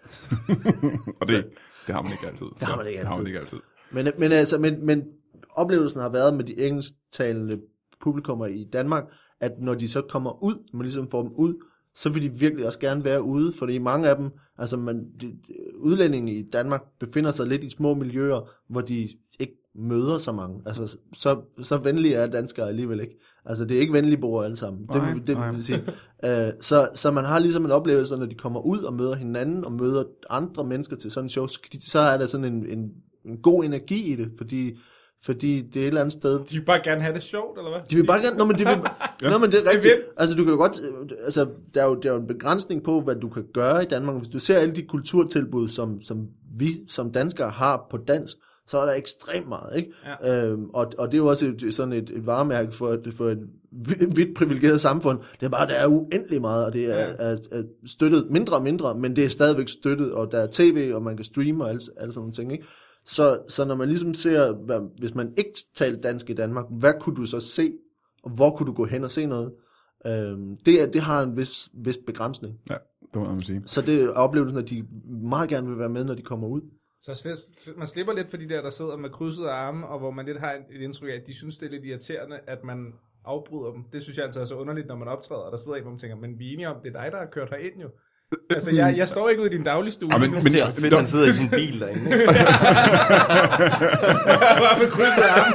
S1: og det, det har man ikke altid.
S3: Det har man ikke
S1: Det har man
S3: altid.
S1: ikke altid.
S3: Men, men altså, men, men oplevelsen har været med de engelsktalende publikummer i Danmark, at når de så kommer ud, man ligesom får dem ud, så vil de virkelig også gerne være ude, fordi mange af dem, altså man, de, udlændinge i Danmark befinder sig lidt i små miljøer, hvor de ikke møder så mange. Altså, så, så venlige er danskere alligevel ikke. Altså, det er ikke venlige borgere alle sammen. Det,
S1: Nej,
S3: det, det
S1: nej.
S3: vil sige. Øh, så, så man har ligesom en oplevelse, når de kommer ud og møder hinanden, og møder andre mennesker til sådan en show, så, så er der sådan en, en, en god energi i det, fordi, fordi det er et eller andet sted,
S2: De vil bare gerne have det sjovt, eller hvad?
S3: de vil bare gerne... Nå, men, de vil,
S1: Ja.
S3: ja. nå, men det er rigtigt.
S2: vil.
S3: Altså, du kan jo godt... Altså, der er jo, der er jo en begrænsning på, hvad du kan gøre i Danmark. Hvis du ser alle de kulturtilbud, som, som vi som danskere har på dans, så er der ekstremt meget, ikke? Ja. Øhm, og, og det er jo også et, sådan et, et varemærke for, et- for et vi- vidt privilegeret samfund. Det er bare, der er uendelig meget, og det er,
S2: Ja.
S3: ja. er, er støttet mindre og mindre, men det er stadigvæk støttet, og der er tv, og man kan streame og alle, alle sådan nogle ting, ikke? Så, så når man ligesom ser, hvad, hvis man ikke talte dansk i Danmark, hvad kunne du så se, og hvor kunne du gå hen og se noget? Øhm, det, er- det har en vis, vis begrænsning.
S1: Det må man sige.
S3: Så det er oplevelsen, at de meget gerne vil være med, når de kommer ud.
S2: Så sli- man slipper lidt for de der, der sidder med krydsede arme, og hvor man lidt har et indtryk af, at de synes, det er lidt irriterende, at man afbryder dem. Det synes jeg altså er så underligt, når man optræder, og der sidder en, hvor man tænker, men vi er enige om, det er dig, der har kørt herind jo. Altså, jeg, jeg står ikke ude i din dagligstue.
S1: Ja, men-
S2: nu.
S1: men-
S4: Det er også fedt, at han sidder i sin bil derinde. ikke?
S2: bare med krydsede arme.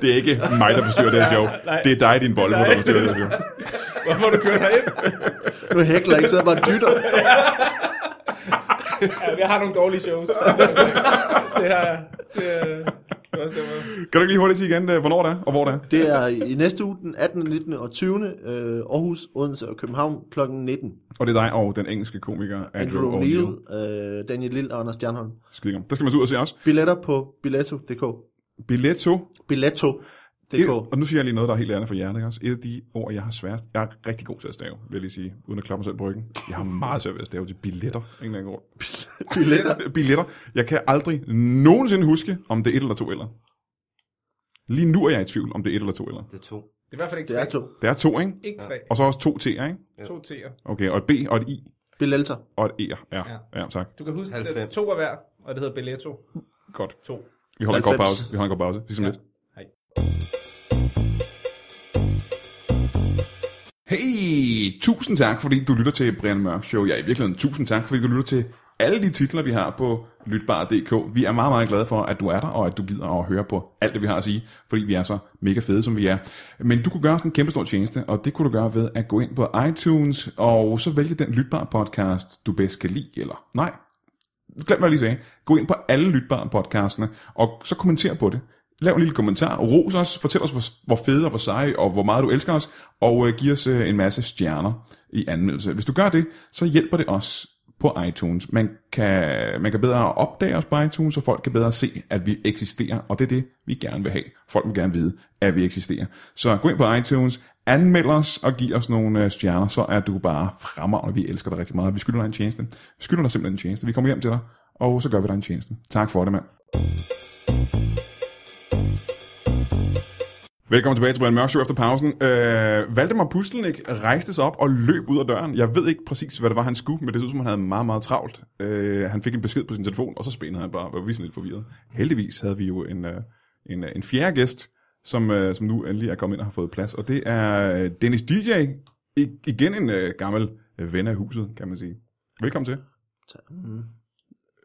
S1: Det er ikke mig, der forstyrrer det her show.
S2: nej.
S1: Det er dig, din Volvo,
S2: Nej.
S1: der forstyrrer det her show.
S2: Hvorfor har du kørt herind?
S3: Nu hækler jeg ikke, så jeg bare dytter.
S2: Ja, jeg har nogle dårlige shows. det har jeg. Det, øh, det er også derfor.
S1: Kan du ikke lige hurtigt sige igen, øh, hvornår det er, og hvor det er?
S3: Det er i næste uge, den 18., 19. og 20. Øh, Aarhus, Odense og København kl. 19.
S1: Og det er dig og den engelske komiker Andrew
S3: Andrew
S1: O'Neill.
S3: O'Neill, øh, Daniel Lille og Anders Stjernholm.
S1: Skide godt. Der skal man så ud og se også.
S3: Billetter på billetto.dk.
S1: Billetto.
S3: Billetto.dk.
S1: Og nu siger jeg lige noget, der er helt andet for hjernen, ikke også? Et af de ord, jeg har sværest. Jeg er rigtig god til at stave, vil jeg lige sige, uden at klappe mig selv på ryggen. Jeg har meget svært ved at stave til billetter. Ingen anden ord.
S3: Billetter.
S1: billetter. Jeg kan aldrig nogensinde huske, om det er et eller to eller. Lige nu er jeg i tvivl, om det er et eller to eller.
S4: Det er to.
S2: Det er i hvert fald ikke
S3: Det er
S2: tre.
S3: to.
S1: Det er to, ikke?
S2: Ikke tre.
S1: Og så også to T'er, ikke?
S2: To T'er.
S1: Okay, og et B og et I
S3: Billetter.
S1: og et E'er. Ja, ja tak.
S2: Du kan huske, det er
S4: 90.
S2: to af hver, og det hedder Belletto.
S1: Godt.
S2: To.
S1: Vi holder en kort
S3: 90.
S1: pause. Vi holder en kort pause. Ligesom ja.
S2: Ja.
S1: lidt.
S2: Hej.
S1: Hey, tusind tak, fordi du lytter til Brian Mørk Show. Ja, i virkeligheden tusind tak, fordi du lytter til alle de titler, vi har på lytbar.dk. Vi er meget, meget glade for, at du er der, og at du gider at høre på alt det, vi har at sige, fordi vi er så mega fede, som vi er. Men du kunne gøre os en kæmpe stor tjeneste, og det kunne du gøre ved at gå ind på iTunes, og så vælge den lytbar podcast, du bedst kan lide, eller nej, glem hvad jeg lige sagde, gå ind på alle lytbare podcastene, og så kommenter på det. Lav en lille kommentar, ros os, fortæl os, hvor- hvor fede og hvor seje, og hvor meget du elsker os, og øh, giv os øh, en masse stjerner i anmeldelse. Hvis du gør det, så hjælper det os på iTunes. Man kan, man kan bedre opdage os på iTunes, så folk kan bedre se, at vi eksisterer, og det er det, vi gerne vil have. Folk vil gerne vide, at vi eksisterer. Så gå ind på iTunes, anmeld os og giv os nogle øh, stjerner, så er du bare fremragende. Vi elsker dig rigtig meget. Vi skylder dig en tjeneste. Vi skylder dig simpelthen en tjeneste. Vi kommer hjem til dig, og så gør vi dig en tjeneste. Tak for det, mand. Velkommen tilbage til Brian Mørk Show efter pausen. Øh, Valdemar Pustelnik rejste sig op og løb ud af døren. Jeg ved ikke præcis, hvad det var, han skulle, men det så ud som, han havde meget, meget travlt. Øh, han fik en besked på sin telefon, og så spændede han bare, og var vi sådan lidt forvirret. Heldigvis havde vi jo en, øh, en, øh, en fjerde gæst, som, øh, som nu endelig er kommet ind og har fået plads, og det er øh, Dennis DJ. I, igen en øh, gammel øh, ven af huset, kan man sige. Velkommen til,
S3: Mm.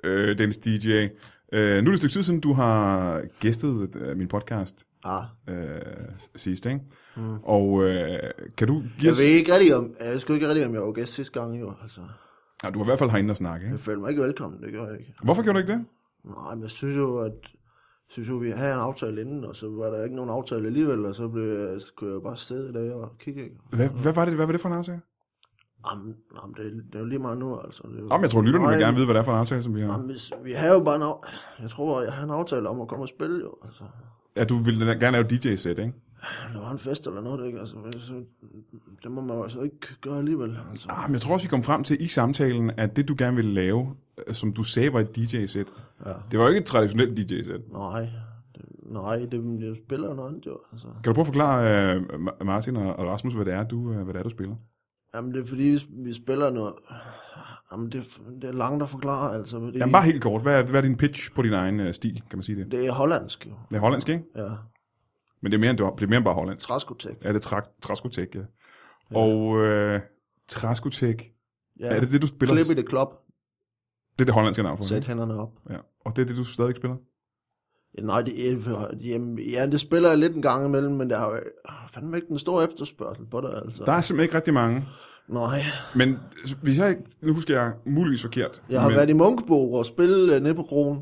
S1: øh, Dennis DJ. Øh, nu er det et stykke tid siden, du har gæstet øh, min podcast
S3: Ah.
S1: øh, sidst, ikke? Mm.
S3: Mm.
S1: Og øh, kan du give
S3: Jeg
S1: os...
S3: ved ikke rigtig om, jeg skulle ikke rigtig om, jeg var gæst sidste gang, jo. Altså,
S1: Ja, du var i hvert fald herinde og snakke,
S3: jeg
S1: ikke?
S3: følte mig ikke velkommen, det gør jeg ikke.
S1: Hvorfor gjorde du ikke det?
S3: Nej, men jeg synes jo, at synes jo, vi havde en aftale inden, og så var der ikke nogen aftale alligevel, og så, blev, jeg- så kunne jeg jo bare sidde der og kigge. ikke?
S1: Hvad, hvad, var, det, hvad var det for en aftale?
S3: Jamen, jamen det, er- det er jo lige meget nu, altså. Det er jo,
S1: Jamen, jeg tror, lytterne vil
S3: Nej,
S1: gerne vide, hvad det er for en aftale, som vi har.
S3: Jamen, hvis, vi har jo bare en af, Jeg tror, jeg har en aftale om at komme og spille, jo. Altså,
S1: Ja, du ville gerne lave DJ-sæt, ikke?
S3: om der var en fest eller noget, ikke? Altså, men så, det må man jo altså ikke gøre alligevel, altså.
S1: Ah, men jeg tror også, vi kom frem til i samtalen, at det, du gerne ville lave, øh, som du sagde, var et DJ-sæt.
S3: Ja.
S1: Det var jo ikke et traditionelt DJ-sæt.
S3: Nej, det, nej, det, jeg spiller jo noget andet, jo. Altså.
S1: Kan du prøve at forklare øh, Ma- Martin og og Rasmus, hvad det er, du, øh, hvad det er, du spiller?
S3: Jamen, det er fordi, vi, vi spiller noget... Jamen, det, er- det er langt at forklare, altså. Fordi
S1: Jamen bare helt kort, hvad er, hvad er din pitch på din egen øh, stil, kan man sige det?
S3: Det er hollandsk, jo.
S1: Det er hollandsk, ikke?
S3: Ja.
S1: Men det er mere, end det, var- det er mere end bare hollandsk.
S3: Træskotek.
S1: Ja, det er Traskotek, ja. Og øh, Traskotek,
S3: Ja.
S1: ja. er det det, du spiller?
S3: Klip i det klop.
S1: Det er det hollandske navn for
S3: Sæt
S1: det.
S3: hænderne op.
S1: Ja. Og det er det, du stadig spiller?
S3: Ja, nej, det er... Jamen, ja, det spiller jeg lidt en gang imellem, men der er jo fandme ikke den store efterspørgsel på det, altså.
S1: Der er simpelthen ikke rigtig mange.
S3: Nej.
S1: Men hvis jeg ikke, nu husker jeg muligvis forkert.
S3: Jeg har
S1: men,
S3: men... været i Munkebo og spille uh, nede på kronen.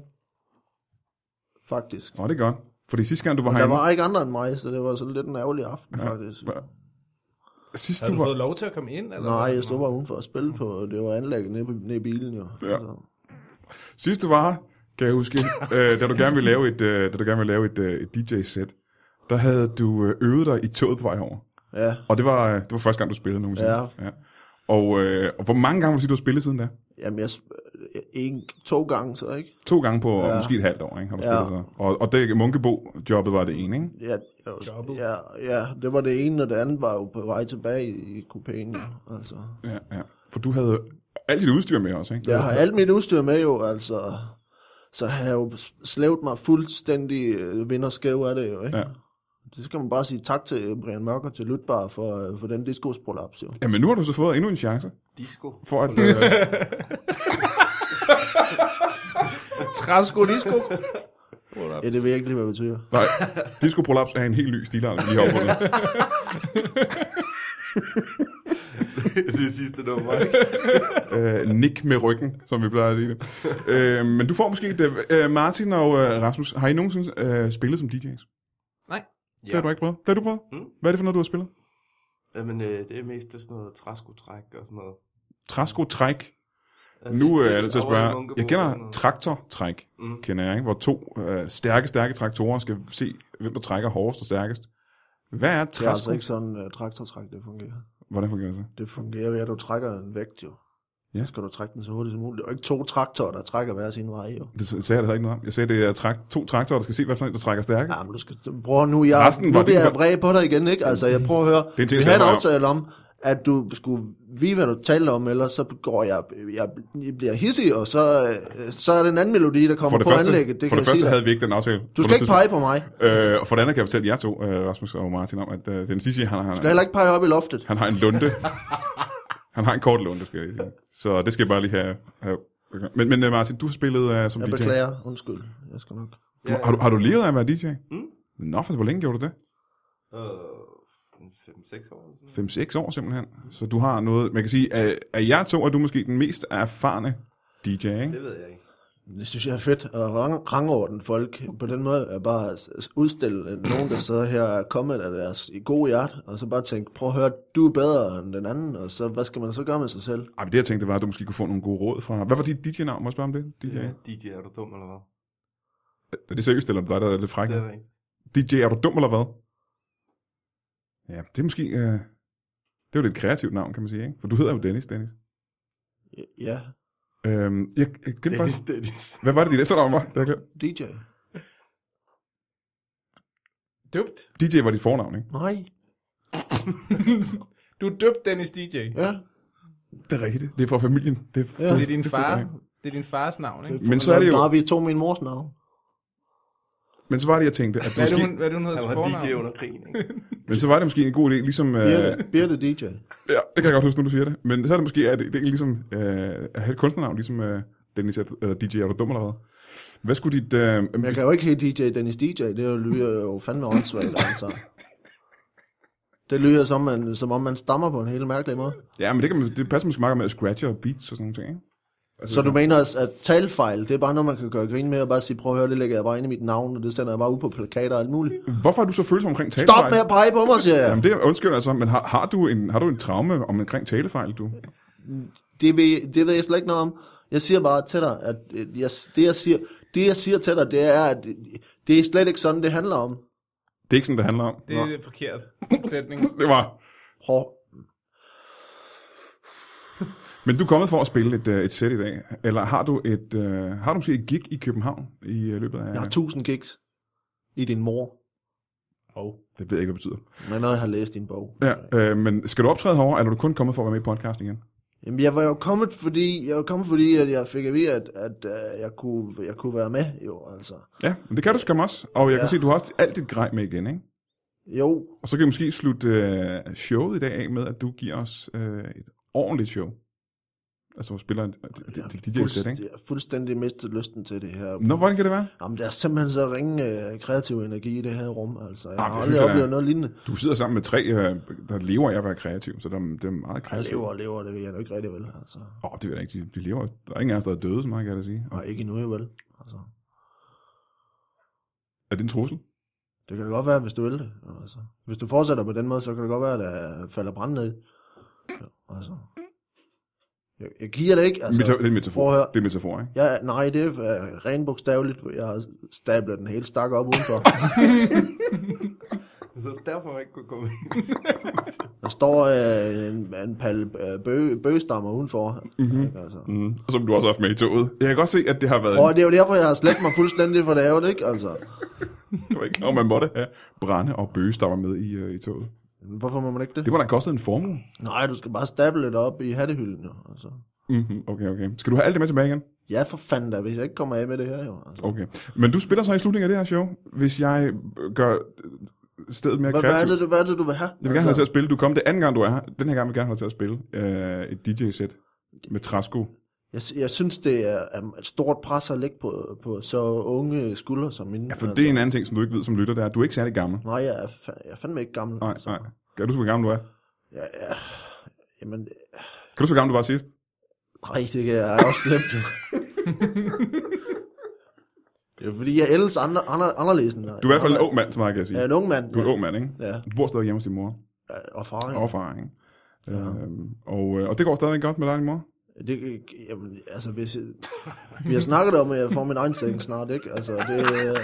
S3: Faktisk.
S1: Nå, det er godt. Fordi sidste gang, du var
S3: Men der
S1: herinde...
S3: var ikke andre end mig, så det var sådan lidt en ærgerlig aften, ja. faktisk.
S1: Sidst
S2: Har
S1: du
S2: du
S1: var...
S2: fået lov til at komme ind? Eller
S3: Nej, jeg stod bare udenfor og spille på, det var anlægget nede, på, nede i bilen jo. Altså,
S1: Ja.
S3: Så.
S1: Sidst du var her, kan jeg huske, øh, da du gerne ville lave et, øh, da du gerne ville lave et, øh, et DJ-sæt, der havde du øh, øvet dig i toget på vej over.
S3: ja.
S1: Og det var, øh, det var første gang, du spillede nogensinde.
S3: Ja.
S1: ja. Og, øh, og hvor mange gange vil du sige, du har spillet siden da?
S3: Jamen, jeg, sp- en, to gange så, ikke?
S1: To gange på ja.
S3: Ja.
S1: måske et halvt år, ikke? Har du
S3: Ja.
S1: spillet så. Og, og det Munkebo-jobbet var det ene, ikke?
S3: Ja,
S2: Jobbet.
S3: ja, ja, det var det ene, og det andet var jo på vej tilbage i kupéen, jo, altså.
S1: Ja, ja. For du havde alt dit udstyr med også, ikke?
S3: Jeg har alt mit udstyr med jo, altså. Så har jeg jo slævet mig fuldstændig øh, vind og skæv af det jo, ikke?
S1: Ja.
S3: Ja. Det skal man bare sige tak til øh, Brian Mørk og til Lytbar for, øh, for den diskusprolaps jo.
S1: Jamen nu har du så fået endnu en chance
S4: Disco.
S1: for at... Øh,
S2: Træsko disco.
S3: Ja, det ved jeg ikke lige, hvad det betyder.
S1: nej, Disco Prolaps er en helt ny stilart, vi lige har opfundet.
S4: det sidste nummer, ikke?
S1: øh, nik med ryggen, som vi plejer at sige det. øh, men du får måske det. Øh, Martin og øh, Rasmus, har I nogensinde øh, spillet som DJ's? Ja. Det har du ikke prøvet. Det har du prøvet.
S4: Mm.
S1: Hvad er det for noget, du har spillet?
S4: Jamen, øh, det er mest sådan noget træskotræk og sådan noget.
S1: Trasko træk.
S4: Altså,
S1: Nu
S4: det
S1: øh, er det til at
S4: over i
S1: spørge.
S4: Munkebo
S1: Jeg
S4: og sådan
S1: kender
S4: noget.
S1: traktortræk,
S4: Mm.
S1: kender jeg, ikke? hvor to øh, stærke, stærke traktorer skal se, hvem der trækker hårdest og stærkest. Hvad er
S3: Det er altså
S1: trasko?
S3: ikke sådan, uh, traktortræk det fungerer.
S1: Hvordan fungerer det så?
S3: Det fungerer ved, at du trækker en vægt jo.
S1: Ja.
S3: Ja. Så skal du trække den så hurtigt som muligt. Og ikke to traktorer, der trækker hver sin vej jo.
S1: Det sagde jeg da ikke noget om. Jeg sagde, det er trak, to traktorer, der skal se, hvad for en, der trækker stærkest.
S3: Ja, men du skal, bror, nu, er jeg,
S1: Resten var
S3: nu bliver
S1: din- Mm.
S3: jeg vred på dig igen, ikke? Altså, jeg prøver at høre.
S1: Det er en ting, jeg
S3: vi
S1: skal
S3: havde en
S1: have mig om.
S3: aftale om, at du skulle vide, hvad du talte om, ellers så går jeg, jeg, jeg bliver hissig, og så, øh, så er det en anden melodi, der
S1: For
S3: kommer
S1: det
S3: på
S1: første,
S3: anlægget. Det
S1: for
S3: kan
S1: det
S3: jeg sige
S1: første
S3: dig.
S1: havde vi ikke den aftale. på
S3: Du
S1: det
S3: skal ikke
S1: tidspunkt.
S3: pege på mig. Du
S1: Øh, og for det andet kan jeg fortælle jer to, øh, Rasmus og Martin, om, at øh, den sidste, han har,
S3: skal heller ikke pege op i loftet.
S1: han har en lunde. han har en kort lunde, skal jeg lige sige. Så det skal jeg bare lige have. have. Men, men øh, Martin, du har spillet øh, som
S3: Jeg
S1: DJ.
S3: beklager. Undskyld. Jeg skal nok.
S1: Du, har, du, har du levet af at være DJ?
S4: Mm.
S1: Nå, for hvor længe gjorde du det?
S4: Øh, 5-6 år. eller sådan noget.
S1: 5-6 år simpelthen. Så du har noget... Man kan sige, at, at jeg to er du måske den mest erfarne DJ, ikke?
S4: Det ved jeg ikke.
S3: Det synes jeg er fedt at rang, rangordne folk på den måde. At bare s- s- udstille at nogen, der sidder her og er kommet af deres i gode hjert, og så bare tænke, prøv at høre, du er bedre end den anden, og så hvad skal man så gøre med sig selv?
S1: Ej, men det jeg tænkte var, at du måske kunne få nogle gode råd fra... Hvad var dit DJ-navn? Må jeg spørge om det? DJ?
S4: Ja. DJ, er du dum eller hvad?
S1: Er det seriøst, eller er det dig, der er lidt fræk?
S4: Det er jeg ikke.
S1: DJ, er du dum eller hvad? Ja, det er måske... Øh, det er jo lidt kreativt navn, kan man sige, ikke? For du hedder jo Dennis, Dennis.
S3: Ja,
S1: Øhm, jeg, jeg glemte
S4: Dennis,
S1: faktisk...
S4: Dennis.
S1: Hvad var det, dit efternavn var? Det har jeg glemt.
S3: DJ.
S2: Døbt.
S1: DJ var dit fornavn, ikke?
S3: Nej,
S2: Du er døbt, Dennis DJ. Ja.
S3: ja.
S1: Det er rigtigt. Det er fra familien. Det,
S3: Ja.
S2: Det er din
S1: forstår jeg
S2: far.
S1: ikke.
S2: Det er din fars navn, ikke?
S1: Men så er det jo- Øh.
S3: Bare vi tog min mors navn.
S1: Men så var det, jeg tænkte, at
S2: Hvad er
S1: måske,
S2: det, hun, hvad er det, hun hedder
S4: Han
S2: til
S4: var
S2: fornavn?
S4: DJ under krigen, ikke?
S1: men så var det måske en god idé, ligesom... Øh,
S3: Birte, Birte DJ.
S1: ja, det kan jeg godt huske, når du siger det. Men så er det måske at det, det er ligesom øh, at have et kunstnernavn, ligesom øh, Dennis, er- eller DJ, er du dum eller hvad? Hvad skulle dit... Øh,
S3: Men jeg kan jo ikke hedde DJ Dennis DJ, det er jo- lyder jo fandme åndssvagt, altså. Det lyder som, man, som om man stammer på en helt mærkelig måde.
S1: ja, men det, kan, man- det passer måske meget godt med at scratche og beats og sådan nogle ting, ikke? Altså,
S3: Så du mener, altså, at talfejl, det er bare noget, man kan gøre grin med, og bare sige, prøv at høre, det lægger jeg bare ind i mit navn, og det sender jeg bare ud på plakater og alt muligt.
S1: Hvorfor er du så følsom omkring talefejl?
S3: Stop med at pege på mig, siger jeg.
S1: Jamen det er undskyld altså, men har, har, du en, har du en traume om, omkring talefejl, du?
S3: Det ved, det ved jeg slet ikke noget om. Jeg siger bare til dig, at øh, jeg, det, jeg siger, det, jeg siger til dig, det er, at øh, det er slet ikke sådan, det handler om.
S1: Det er ikke sådan, det handler om.
S2: Det
S1: Nå.
S2: er en forkert sætning.
S1: det var...
S3: Prøv.
S1: Men du er kommet for at spille et, øh, et sæt i dag, eller har du, et, øh, har du måske et gig i København i øh, løbet af...
S3: Jeg har 1000 gigs i din mor.
S2: Hov.
S1: Det ved jeg ikke, hvad det betyder.
S3: Men når jeg har læst din bog.
S1: Ja, øh, men skal du optræde herovre, eller er du kun kommet for at være med i podcasten igen?
S3: Jamen, jeg var jo kommet, fordi, jeg var kommet, fordi at jeg fik at vide, at, at øh, jeg, kunne, jeg kunne være med. Jo, altså.
S1: Ja, men det kan du skam også. Og jeg ja.
S3: Ja.
S1: kan se, at du har også alt dit grej med igen, ikke?
S3: Jo,
S1: Og så kan vi måske slutte øh, showet i dag af med, at du giver os øh, et ordentligt show. Altså, hvor spiller et, et,
S3: jeg har
S1: et, et DJ-sæt,
S3: fuldst-
S1: ikke?
S3: jeg har fuldstændig mistet lysten til det her.
S1: Nå, hvordan kan det være?
S3: Jamen, der er simpelthen så ringe øh, kreativ energi i det her rum. Altså, jeg
S1: Ah,
S3: har
S1: det synes
S3: aldrig
S1: jeg, der er.
S3: oplevet noget lignende.
S1: Du sidder sammen med tre, øh, der lever af at være kreativ, så der, det er meget
S3: Jeg
S1: kreativt.
S3: lever og lever, det ved jeg nu ikke rigtig vel. Altså.
S1: Åh, oh, det ved jeg ikke, de, de lever. Der er ingen af os, der er døde, så meget kan jeg da sige.
S3: Og ikke endnu, vel. Altså.
S1: Er det en trussel?
S3: Det kan det godt være, hvis du vil det. Altså. Hvis du fortsætter på den måde, så kan det godt være, at der falder brand ned. Ja, Altså. Jeg, jeg giver det ikke.
S1: Altså,
S3: Altså.
S1: Meta- det er en
S3: prøv
S1: metafor.
S3: at høre.
S1: Det er en metafor, ikke?
S3: Jeg, nej, det er øh, rent bogstaveligt. Jeg stabler den hele stak op udenfor.
S4: Så derfor jeg ikke kunne komme ind.
S3: Der står øh, en, en palle øh, bø, bøgestammer udenfor. Ikke, altså.
S1: Mm. Og som du også har haft med i toget. Jeg kan godt se, at det har været...
S3: Og det er jo derfor, jeg har slet mig fuldstændig for det er jo det, ikke? Altså.
S1: Jeg var ikke klar, over, man måtte have brænde og bøgestammer med i, øh, i toget.
S3: Hvorfor må man ikke det?
S1: Det må da have kostet en formue.
S3: Nej, du skal bare stable det op i hattehylden, jo. Altså.
S1: Mm-hmm. Okay, okay. Skal du have alt det med tilbage igen?
S3: Ja, for fanden da, hvis jeg ikke kommer af med det her, jo. Altså.
S1: Okay. Men du spiller så i slutningen af det her show, hvis jeg øh, gør øh, stedet mere
S3: Hvad, hvad, er
S1: kreativt.
S3: det, du- Altså- hvad er det, du vil have?
S1: Jeg vil gerne have dig til at spille. Du kom det anden gang, du er her. Den her gang vil jeg gerne have dig til at spille øh, et DJ-sæt med træsko.
S3: jeg, sy- jeg synes, det er er et stort pres at lægge på, på så unge skuldre som mine. Altså,
S1: Ja, for det er en anden ting, som du ikke ved som lytter, det er, at du er ikke særlig gammel.
S3: Nej, jeg er, fa- jeg er fandme ikke gammel. Altså,
S1: Nej, nej. Kan du huske, hvor gammel du er?
S3: Ja, ja. Jamen,
S1: Kan du huske, hvor gammel du var sidst?
S3: nej, det kan jeg også glemt, jo. det er fordi, jeg er ellers andre, andre, anderledes end
S1: Du er i hvert fald en ung mand, så meget kan jeg sige.
S3: Jeg er en ung mand.
S1: Du er en ung mand, ikke?
S3: Ja,
S1: Du bor stadig hjemme hos din mor.
S3: ja, og far.
S1: Og
S3: ikke?
S1: far, ikke?
S3: Ja.
S1: Øhm, og, øh, og det går stadig godt med dig, og din mor?
S3: Det, jamen, altså, hvis jeg, vi har snakket om, at jeg får min egen seng snart, ikke? Altså, det,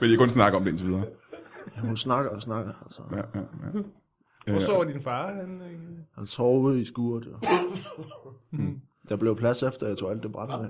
S1: Men jeg kun snakke om det indtil videre.
S3: øh, hun snakker og snakker, altså.
S1: Ja, ja, ja.
S2: Hvor
S1: Øh,
S2: sover din far? Han, øh?
S3: Han sover ude i skuret, jo.
S1: Hmm.
S3: Der blev plads efter, jeg tog alt det brændte af.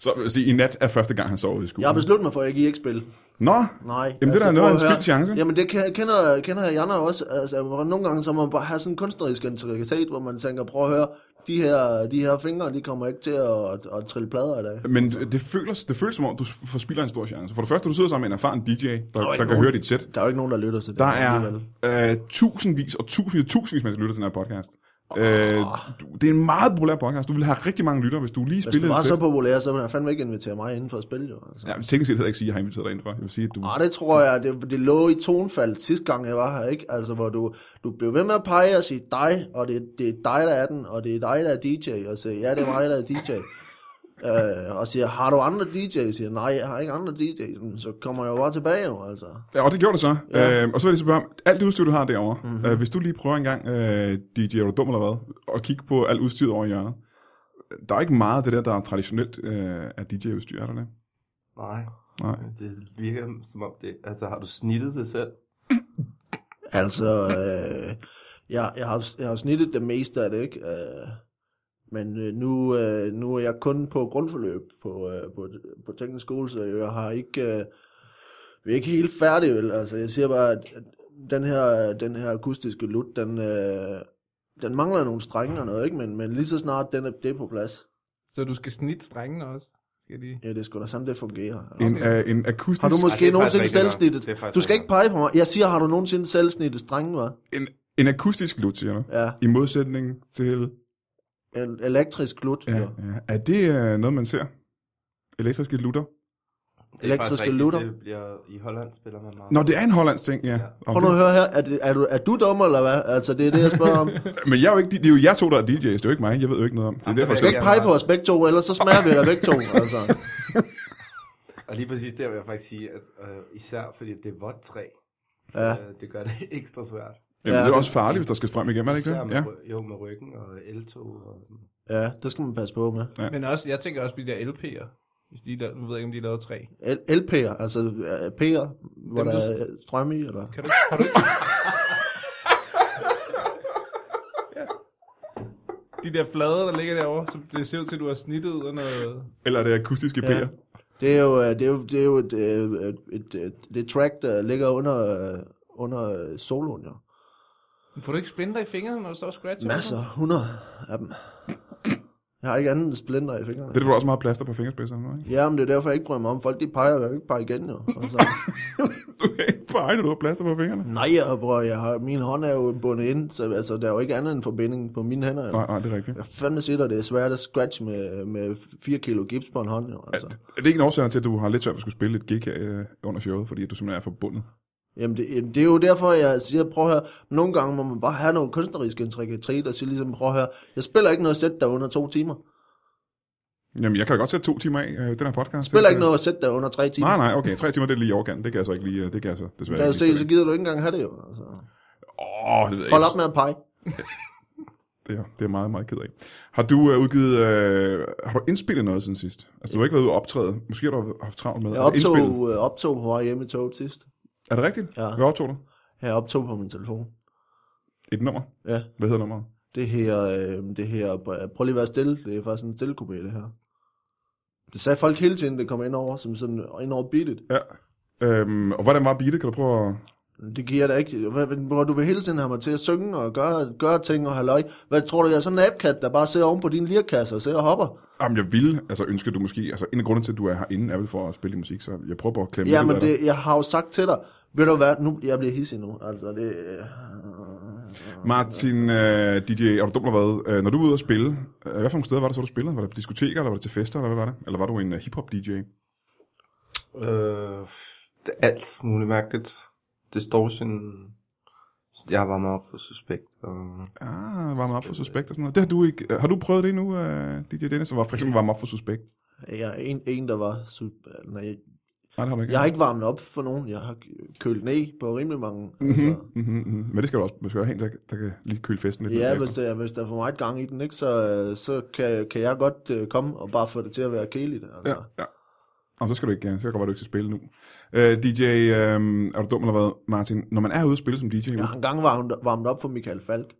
S1: Så vil jeg sige, i nat er første gang, han sover i skolen.
S3: Jeg har besluttet mig for, at jeg giver ikke spil.
S1: Nå,
S3: Nej. altså,
S1: Jamen, det er da
S3: prøv
S1: noget af en
S3: at høre.
S1: spildt chance.
S3: Jamen, det kan- kender, kender jeg andre også. Altså, hvor nogle gange så må man bare have sådan en kunstnerisk integritet, hvor man tænker, prøv at høre, de her, de her fingre, de kommer ikke til at, at trille plader i dag.
S1: men det føles, det føles som om, du forspilder en stor chance. For det første, du sidder sammen med en erfaren DJ, der, der kan
S3: nogen-
S1: høre dit sæt.
S3: Der er jo ikke nogen, der lytter til det.
S1: Der er
S3: alligevel.
S1: øh, tusindvis og tusindvis og tusindvis, man lytter til den her podcast. Øh, du- det er en meget populær podcast. Du vil have rigtig mange lyttere, hvis du lige
S3: Hvis du
S1: spillede
S3: var
S1: et
S3: så
S1: sæt.
S3: populær, så ville han fandme ikke invitere mig inden for at spille, jo. Altså.
S1: Ja, men teknisk set heller ikke sige, at jeg har inviteret dig indenfor. Jeg vil sige, at du...
S3: Ah, det tror jeg, det, det lå i tonfald sidste gang, jeg var her, ikke? Altså, hvor du, du blev ved med at pege og sige dig, og det, det er dig, der er den, og det er dig, der er DJ, og siger, ja, det er mig, der er DJ. Øh, og siger, har du andre DJ's? Siger, nej, jeg har ikke andre DJ's. Så kommer jeg jo bare tilbage, jo, altså.
S1: Ja, og det gjorde det så. Ja.
S3: Ja. Mhm.
S1: Øh, og så vil jeg så spørge om, alt det udstyr, du har derovre, mm-hmm. øh, hvis du lige prøver en gang, øh, DJ, er du dum eller hvad, og kigge på alt udstyret over i hjørnet. Der er ikke meget af det der, der er traditionelt øh, af DJ-udstyr, er der det?
S4: Nej,
S1: Nej.
S4: det virker som om det... Altså, har du snittet det selv?
S3: Altså, øh, jeg, jeg, har, jeg har snittet det meste af det, ikke? Øh, men øh, nu, øh, nu er jeg kun på grundforløb på, øh, på, på teknisk skole, så jeg har ikke... Øh, vi er ikke helt færdige, vel? Altså, jeg siger bare, at at den her, den her akustiske lut, den, øh, den mangler nogle strenge og noget, ikke? Men, men lige så snart den er, det er på plads,
S2: Så du skal snitte strengene også? Skal de...
S3: ja, det skal da sådan, det fungerer.
S1: En, øh, en akustisk...
S3: Har du
S4: Ej, det
S3: måske
S4: er faktisk
S3: nogensinde
S4: rigtig nok.
S3: selvsnittet?
S4: Det er faktisk
S3: Du skal
S4: rigtig
S3: ikke pege på mig. Jeg siger, har du nogensinde selvsnittet strenge, hva'?
S1: en, en akustisk lut, siger du?
S3: Ja,
S1: I modsætning til...
S3: en elektrisk lut.
S1: Ja,
S3: jo.
S1: ja. Er det øh, noget, man ser? Elektriske lutter?
S4: Det er faktisk
S3: Elektriske
S4: rigtigt,
S3: lutter.
S4: Det bliver, I Holland spiller man meget.
S1: Nå, det er en hollandsk ting, ja.
S4: Ja.
S1: Om
S3: Prøv nu at
S1: det,
S3: høre her, er, det, er, du, er du dum eller hvad? Altså, det er det, jeg spørger om.
S1: men jeg er jo ikke, det er jo jeg to, der er DJ's, det er jo ikke mig, jeg ved jo ikke noget om. det. Det er
S4: Jamen,
S1: derfor,
S3: Du
S1: jeg
S3: skal
S1: skal...
S3: ikke pege på os begge to, ellers så smager vi dig begge to. Altså.
S4: Og lige præcis der vil jeg faktisk sige, at øh, især fordi det er vådt træ,
S3: Ja.
S4: øh, det gør det ekstra svært.
S1: Jamen, det er
S3: Ja.
S1: også farligt, hvis der skal strøm igennem, er det ikke
S4: især
S1: det?
S4: med,
S1: Ja.
S4: ry- jo, med ryggen og eltog. Og,
S3: ja, det skal man passe på med.
S1: Ja.
S2: Men også, jeg tænker også på de der LP'er. Hvis de er lavet, nu ved jeg ikke, om de er lavet træ.
S3: L- LP'er, altså øh, P'er, hvor
S2: Dem,
S3: der
S2: du-
S3: er øh, strøm i, eller?
S2: Kan du, har du ikke... de der flader, der ligger derovre, som det ser ud til, at du har snittet under noget...
S1: Eller er det akustiske
S3: Ja.
S1: P'er?
S3: Det er jo, øh, det er jo, det er jo et, øh, et, et, et, det er track, der ligger under, øh, under øh, soloen, jo.
S2: Men Får du ikke splinter i fingrene, når du står og scratcher?
S3: Masser, 100 af dem. Jeg har ikke andet end splinter i fingrene.
S1: Det er du også meget plaster på fingerspidserne, nu, ikke?
S3: Ja, men det er derfor, jeg ikke bryder mig om. Folk, de peger, jeg vil ikke pege igen, jo. Altså. Og så,
S1: Du kan ikke pege, når du har plaster på fingrene.
S3: nej, jeg bror, jeg har, min hånd er jo bundet ind, så altså, der er jo ikke andet end forbinding på mine hænder. Jo.
S1: Nej, nej, det er rigtigt.
S3: Jeg fandme siger dig, det er svært at scratch med, med 4 kilo gips på en hånd, jo. Altså.
S1: Er det ikke en årsag til, at du har lidt svært ved at skulle spille et gig her øh, under showet, fordi at du simpelthen er forbundet?
S3: Jamen det, jamen, det er jo derfor, jeg siger, prøv at høre, nogle gange må man bare have nogle kunstneriske intrikatrit og sige ligesom, prøv at høre, jeg spiller ikke noget sæt der under to timer. Jeg
S1: Jamen, jeg kan da godt sætte to timer af øh, den her podcast.
S3: spiller
S1: Det-
S3: ikke noget sæt der under tre timer.
S1: Nej, nej, okay. Tre timer, det er lige i overkanten. Det kan jeg så ikke lige, øh, det kan jeg så desværre
S3: Lad os
S1: ikke. lige
S3: se, så
S1: selv.
S3: gider du ikke engang have det jo. Altså.
S1: Åh, det ved jeg
S3: Hold
S1: ikke.
S3: op med at pege.
S1: Det er, det er meget, meget ked af. Har du øh, udgivet, øh, har du indspillet noget siden sidst? Altså, du har ikke været ude og optræde. Måske har du haft travlt med
S3: Jeg
S1: at
S3: optog,
S1: indspille.
S3: øh, optog hvor jeg hjemme i toget sidst.
S1: Er det rigtigt?
S3: Ja.
S1: Hvad optog du?
S3: Jeg optog på min telefon.
S1: Et nummer?
S3: Ja,
S1: Hvad hedder nummeret?
S3: det her, øh, det her, prøv lige at være stille, det er faktisk en stille kubé, det her. Det sagde folk hele tiden, det kom ind over, som sådan ind over beatet.
S1: Ja. Øhm, og hvordan var beatet? Kan du prøve at...
S3: Det giver da ikke. Hvad- hvad- Hvor du vil hele tiden have mig til at synge og gøre, gøre ting og halløj. Hvad tror du, jeg er sådan en apkat, der bare sidder oven på din lirkasse og sidder og hopper?
S1: Jamen, jeg ville, altså ønske du måske, altså en af grunden til, at du er herinde, er vel for at spille din musik, så jeg prøver bare at klemme lidt ud
S3: Jamen,
S1: af dig.
S3: det, jeg har jo sagt til dig, ved du hvad, nu, jeg bliver hissig nu. Altså, det, øh,
S1: Martin, øh, DJ, er du dum eller hvad? Øh, når du er ude og spille, øh, hvad for nogle steder var det så, du spillede? Var det på diskoteker, eller var det til fester, eller hvad var det? Eller var du en uh, hip-hop-DJ?
S4: Øh, det er alt muligt mærkeligt. Distortion. Jeg var meget på suspekt. Og...
S1: Ah, varme op for suspekt og sådan noget. Det har du ikke. øh, Har du prøvet det endnu, uh, DJ Dennis? Så var for eksempel varme op for suspekt?
S3: jeg er en, en der var... su- Nej, jeg,
S1: Nej, det har du ikke.
S3: jeg har ikke varmet op for nogen. Jeg har kølet ned på rimelig mange.
S1: Mm-hmm,
S3: Altså,
S1: mm-hmm, mm-hmm. Men det skal du også. Man skal have en, der, der kan lige køle festen lidt.
S3: ja,
S1: bagefter.
S3: hvis der, hvis der er for meget gang i den, ikke, så, øh, så kan, kan jeg godt øh, komme og bare få det til at være kæligt. Altså.
S1: Ja, ja. Nå, så skal du ikke, øh, så kan det godt være, du ikke skal spille nu. Uh, DJ, uh, er du dum eller hvad, Martin? Når man er ude og spille som DJ,
S3: Jeg
S1: ja.
S3: har engang varmet, varmet op for Michael Falk.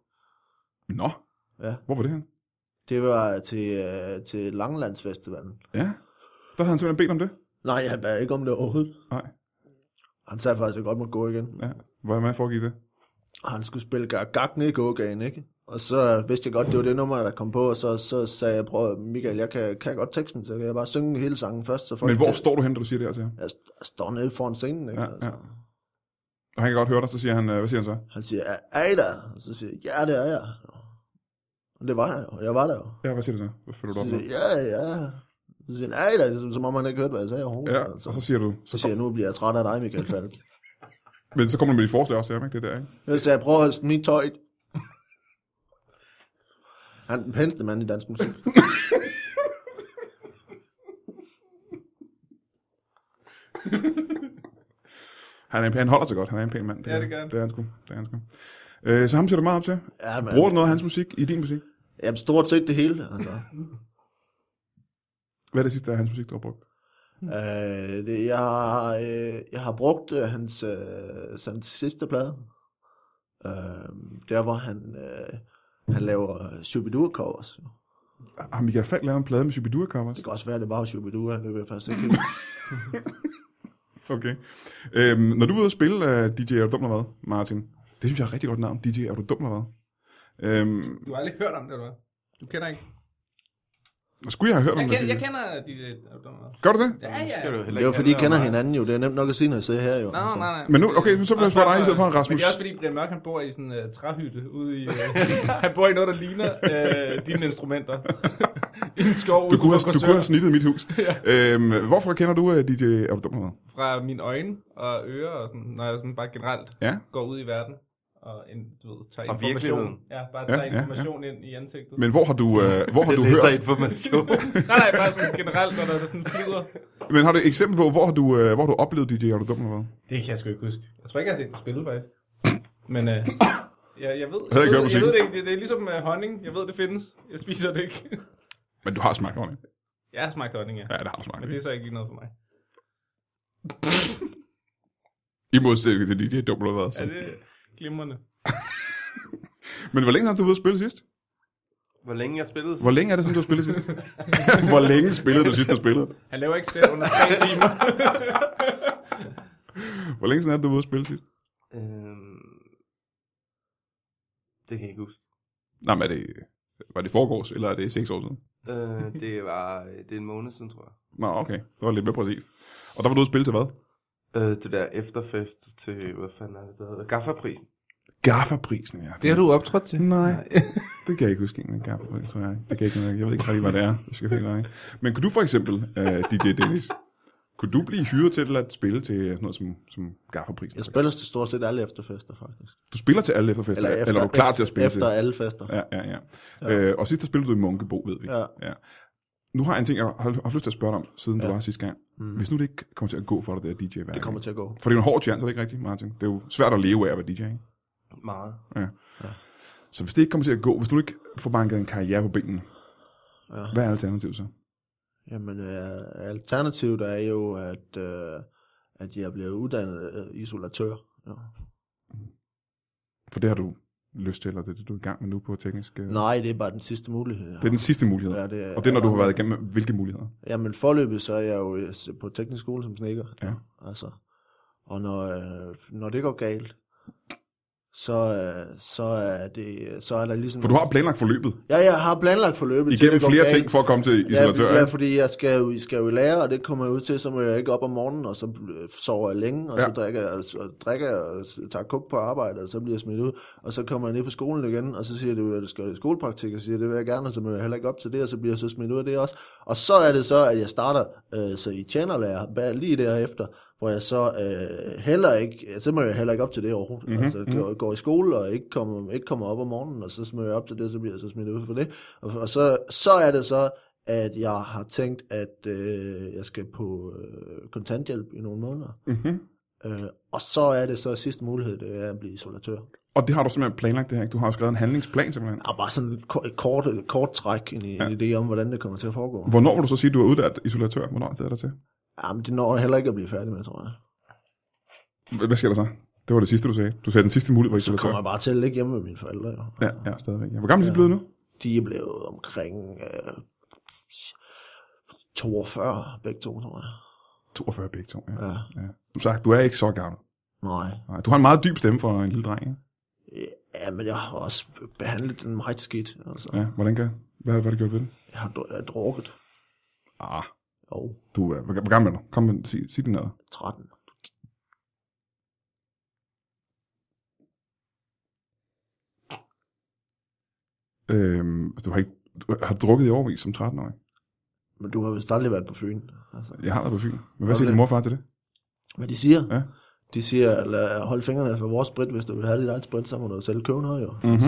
S1: nå,
S3: Ja.
S1: hvor var det hen?
S3: Det var til, øh, til Langelandsfestivalen.
S1: Ja, der havde han simpelthen bedt om det.
S3: Nej, jeg bad ikke om det overhovedet.
S1: Nej.
S3: Han sagde faktisk, at jeg godt må gå igen.
S1: Ja, hvordan foregik det?
S3: Og han skulle spille gak, gak ned i gågagen, ikke? Og så øh, vidste jeg godt, det var det nummer, der kom på, og så, så sagde jeg, prøv at- Michael, jeg kan, kan jeg godt teksten, så kan jeg bare synge hele sangen først. Så folk
S1: Men hvor
S3: kan...
S1: står du hen, da du siger det her til ham?
S3: Jeg st- jeg står nede foran scenen, ikke? Altså.
S1: Ja, ja. Og han kan godt høre dig, så siger han, øh, hvad siger han så?
S3: Han siger, er er I der? Og så siger jeg, ja, det er jeg. Og det var jeg, og jeg var der jo.
S1: Ja, hvad siger du så? Hvad følger du
S3: Så
S1: op
S3: siger
S1: med?
S3: jeg, ja, ja. Så siger han, er I der? Som, som om han ikke hørte, hvad jeg sagde overhovedet.
S1: Ja,
S3: altså.
S1: og så siger du,
S3: Så siger jeg, nu bliver jeg træt af dig, Michael Falk.
S1: men så kommer du med dit forslag også til ham, ikke? Det der, ikke?
S3: Jeg sagde, prøv at smide tøjet. Han er den pæneste mand i dansk musik.
S1: Han, er en, pæn- han holder sig godt, han er en pæn mand.
S2: Ja,
S1: er-
S2: det gør han.
S1: Det er han sgu, det er han sgu. Øh, så ham ser du meget op til.
S3: Ja, men,
S1: Bruger du noget af hans musik i din musik?
S3: Jamen, stort set det hele. Altså.
S1: Hvad er det sidste af hans musik, du har brugt?
S3: øh, det, jeg, har, øh, jeg har brugt øh, hans, øh, hans sidste plade. Øh, der, hvor han, øh, han laver øh, Shubidua covers.
S1: Har Ah, Michael Falk lavet en plade med Shubidua covers?
S3: Det kan også være, at det bare var Shubidua. Det vil jeg faktisk ikke. huske.
S1: Okay. Øhm, når du er ude og spille uh, DJ Er Du Dum Eller Hvad, Martin? Det synes jeg er et rigtig godt navn, DJ Er Du Dum Eller Hvad? Øhm,
S2: Du har aldrig hørt om det, eller hvad? Du kender ikke?
S1: skulle jeg have hørt om
S2: Jeg,
S1: det?
S2: kender, jeg
S1: DJ?
S2: kender øh, de der...
S1: Gør du det?
S2: Ja, ja.
S4: Skal du
S3: Men det
S4: heller ikke
S3: er jo fordi, I
S4: handle
S3: kender
S4: om mig.
S3: hinanden jo. Det er nemt nok at se, når jeg sidder her jo. Altså,
S2: Nej, nej, nej.
S1: Men nu, okay, nu så vil jeg spørge dig i stedet for
S2: Men
S1: Rasmus.
S2: det er også fordi, Brian Mørk, han bor i sådan en uh, træhytte ude i... Uh, han bor i noget, der ligner uh, dine instrumenter. I en skov
S1: Du
S2: ude
S1: kunne,
S2: for
S1: have, du
S2: Korsør.
S1: kunne have snittet mit hus. øhm, hvorfor kender du øh, DJ Er Du Dum Eller Hvad?
S2: Fra mine øjne og ører, og sådan, når jeg sådan bare generelt
S1: Ja.
S2: går ud i verden. Og en, du ved, tager
S4: Og virkeligheden.
S2: information. Ja, bare
S1: Ja,
S2: tager
S1: ja, ja.
S2: information ind i ansigtet.
S1: Men hvor har du, øh, hvor har
S4: Jeg
S1: du
S4: læser
S1: hørt...
S4: information.
S2: Nej, nej, bare sådan generelt, når der er sådan flyder.
S1: Men har du et eksempel på, hvor har du, øh, hvor har du oplevet DJ Er Du Dum Eller Hvad?
S2: Det kan jeg sgu ikke huske. Jeg tror ikke, jeg har set den spille, faktisk. Men øh, jeg, jeg, ved,
S1: Heller ikke
S2: jeg,
S1: hørt
S2: ved, jeg
S1: musikken.
S2: ved det ikke. Det, det er ligesom uh, honning. Jeg ved, det findes. Jeg spiser det ikke.
S1: Men du har smagt ordentligt.
S2: jeg har smagt honning, ja.
S1: Ja, det har du smagt.
S2: Men det er så ikke lige noget for mig.
S1: I modsætning til DJ Er Dum Eller Hvad. Så.
S2: Er det glimrende?
S1: Men hvor længe har du været ude at spille sidst?
S4: Hvor længe jeg spillede?
S1: Hvor længe er det, siden du har spillet sidst? Hvor længe spillede du sidst, du spillede?
S2: Han laver ikke selv under tre timer.
S1: Hvor længe siden er det, du var ude at spille sidst?
S4: Øhm, det kan jeg ikke huske.
S1: Nej, men er det, var det i forgårs, eller er det seks år siden?
S4: Øh, det var det er en måned siden, tror jeg.
S1: Nå, okay. Det var lidt mere præcist. Og der var du ude at spille til hvad?
S4: Øh, det der efterfest til, hvad fanden er det, der hedder? Gaffaprisen.
S1: Gaffaprisen, ja.
S2: Det har du optrådt til.
S1: Nej, det kan jeg ikke huske egentlig. Gaffaprisen, tror jeg. ikke. Det kan jeg, ikke, jeg ved ikke rigtig, hvad det er. Jeg skal helt ærlig. Men kunne du for eksempel, uh, DJ Dennis, kunne du blive hyret til at spille til sådan noget som, som Gaffaprisen?
S3: Jeg spiller til stort set alle efterfester, faktisk.
S1: Du spiller til alle efterfester, eller, efter, eller er du klar til at spille
S3: Efter
S1: til?
S3: alle fester. Ja.
S1: Ja, ja, ja. ja. Øh, og sidst der spillede du i Munkebo, ved vi.
S3: Ja.
S1: ja. Nu har jeg en ting, jeg har, har haft lyst til at spørge dig om, siden ja. du
S3: Ja.
S1: var her sidste gang. Mm. Hvis nu det ikke kommer til at gå for dig, det der DJ-værk.
S3: Det kommer til at gå.
S1: For det er jo en hård chance, er det ikke rigtigt, Martin? Det er jo svært at leve af at være DJ, ikke?
S4: Meget.
S1: Så hvis det ikke kommer til at gå, hvis du ikke får banket en karriere på benene,
S3: Ja.
S1: hvad er alternativet så?
S3: Jamen, øh, alternativet er jo, at, øh, at jeg bliver uddannet øh, isolatør. Ja.
S1: For det har du lyst til, eller det er det, du er i gang med nu på teknisk... øh,
S3: Nej, det er bare den sidste mulighed.
S1: Det er den sidste mulighed.
S3: Ja, det er-
S1: og det er, når du har været igennem, hvilke muligheder?
S3: Jamen, forløbet så er jeg jo øh, på teknisk skole som snekker.
S1: Ja.
S3: Altså, og når, øh, når det går galt, så, øh, så, er det, så er der ligesom...
S1: For du har planlagt forløbet
S3: Ja, jeg har planlagt forløbet. til,
S1: igennem
S3: det går
S1: flere
S3: galt.
S1: ting for at komme til isolatør.
S3: Ja, ja,
S1: Ja,
S3: fordi jeg skal, jo, jeg skal jo i lære, og det kommer jeg ud til, så må jeg ikke op om morgenen, og så øh, sover jeg længe, og
S1: Ja.
S3: ja. så drikker jeg, og drikker jeg, og s- tager kuk på arbejde, og så bliver jeg smidt ud, og så kommer jeg ned på skolen igen, og så siger det, at du skal i skolepraktik, og så siger jeg, det vil jeg gerne, og så må jeg heller ikke op til det, og så bliver jeg så smidt ud af det også. Og så er det så, at jeg starter øh, så i tjenerlærer bag- lige derefter, hvor jeg så øh, heller ikke, ja, så må jeg heller ikke op til det overhovedet.
S1: Mhm,
S3: Mm-hmm. Altså,
S1: mhm.
S3: går, går i skole og ikke kommer, ikke kommer op om morgenen, og så smider jeg op til det, så bliver jeg så smidt ud for det. Og, og så, så er det så, at jeg har tænkt, at øh, jeg skal på øh, kontanthjælp i nogle måneder.
S1: mm-hmm.
S3: Øh, og så er det så sidste mulighed, det er at blive isolatør.
S1: Og det har du simpelthen planlagt det her, ikke? Du har jo skrevet en handlingsplan simpelthen.
S3: Og bare sådan et ko- et kort, et kort træk ind i
S1: Ja.
S3: ja. det om, hvordan det kommer til at foregå.
S1: Hvornår vil du så sige, at du er uddannet isolatør? Hvornår er det til?
S3: Jamen, det når jeg heller ikke at blive færdig med, tror jeg.
S1: H- Hvad sker der så? Det var det sidste, du sagde. Du sagde, den sidste mulighed var
S3: Så
S1: isolatør.
S3: kommer jeg bare til at ligge hjemme med mine forældre. Jo.
S1: Ja, ja, stadigvæk. Ja. Hvor gammel er de blevet nu?
S3: De er blevet omkring øh, 42, begge to, tror jeg.
S1: 42 begge to, ja.
S3: Ja.
S1: Som sagt, du er ikke så gammel.
S3: Nej.
S1: Nej, Du har en meget dyb stemme for en lille dreng, ikke?
S3: Ja, men jeg har også behandlet den meget skidt. Altså. Ja.
S1: Ja, hvordan kan... Hvad har du gjort ved det?
S3: Jeg, har, dru- jeg har drukket.
S1: Ah,
S3: Jo,
S1: du er... Hvor hvor gammel er du? Kom med, sig, sig den ad.
S3: 13.
S1: Øhm, du har ikke... Du har drukket i overvis som 13-årig.
S3: Men du har vist aldrig været på Fyn. Altså.
S1: Jeg har været på Fyn. Men hvad siger
S3: Okay.
S1: din morfar til det?
S3: Hvad de siger?
S1: Ja.
S3: De siger, lad, hold fingrene fra vores sprit. Hvis du vil have dit eget sprit, så må du selv købe noget, jo.
S1: Mhm.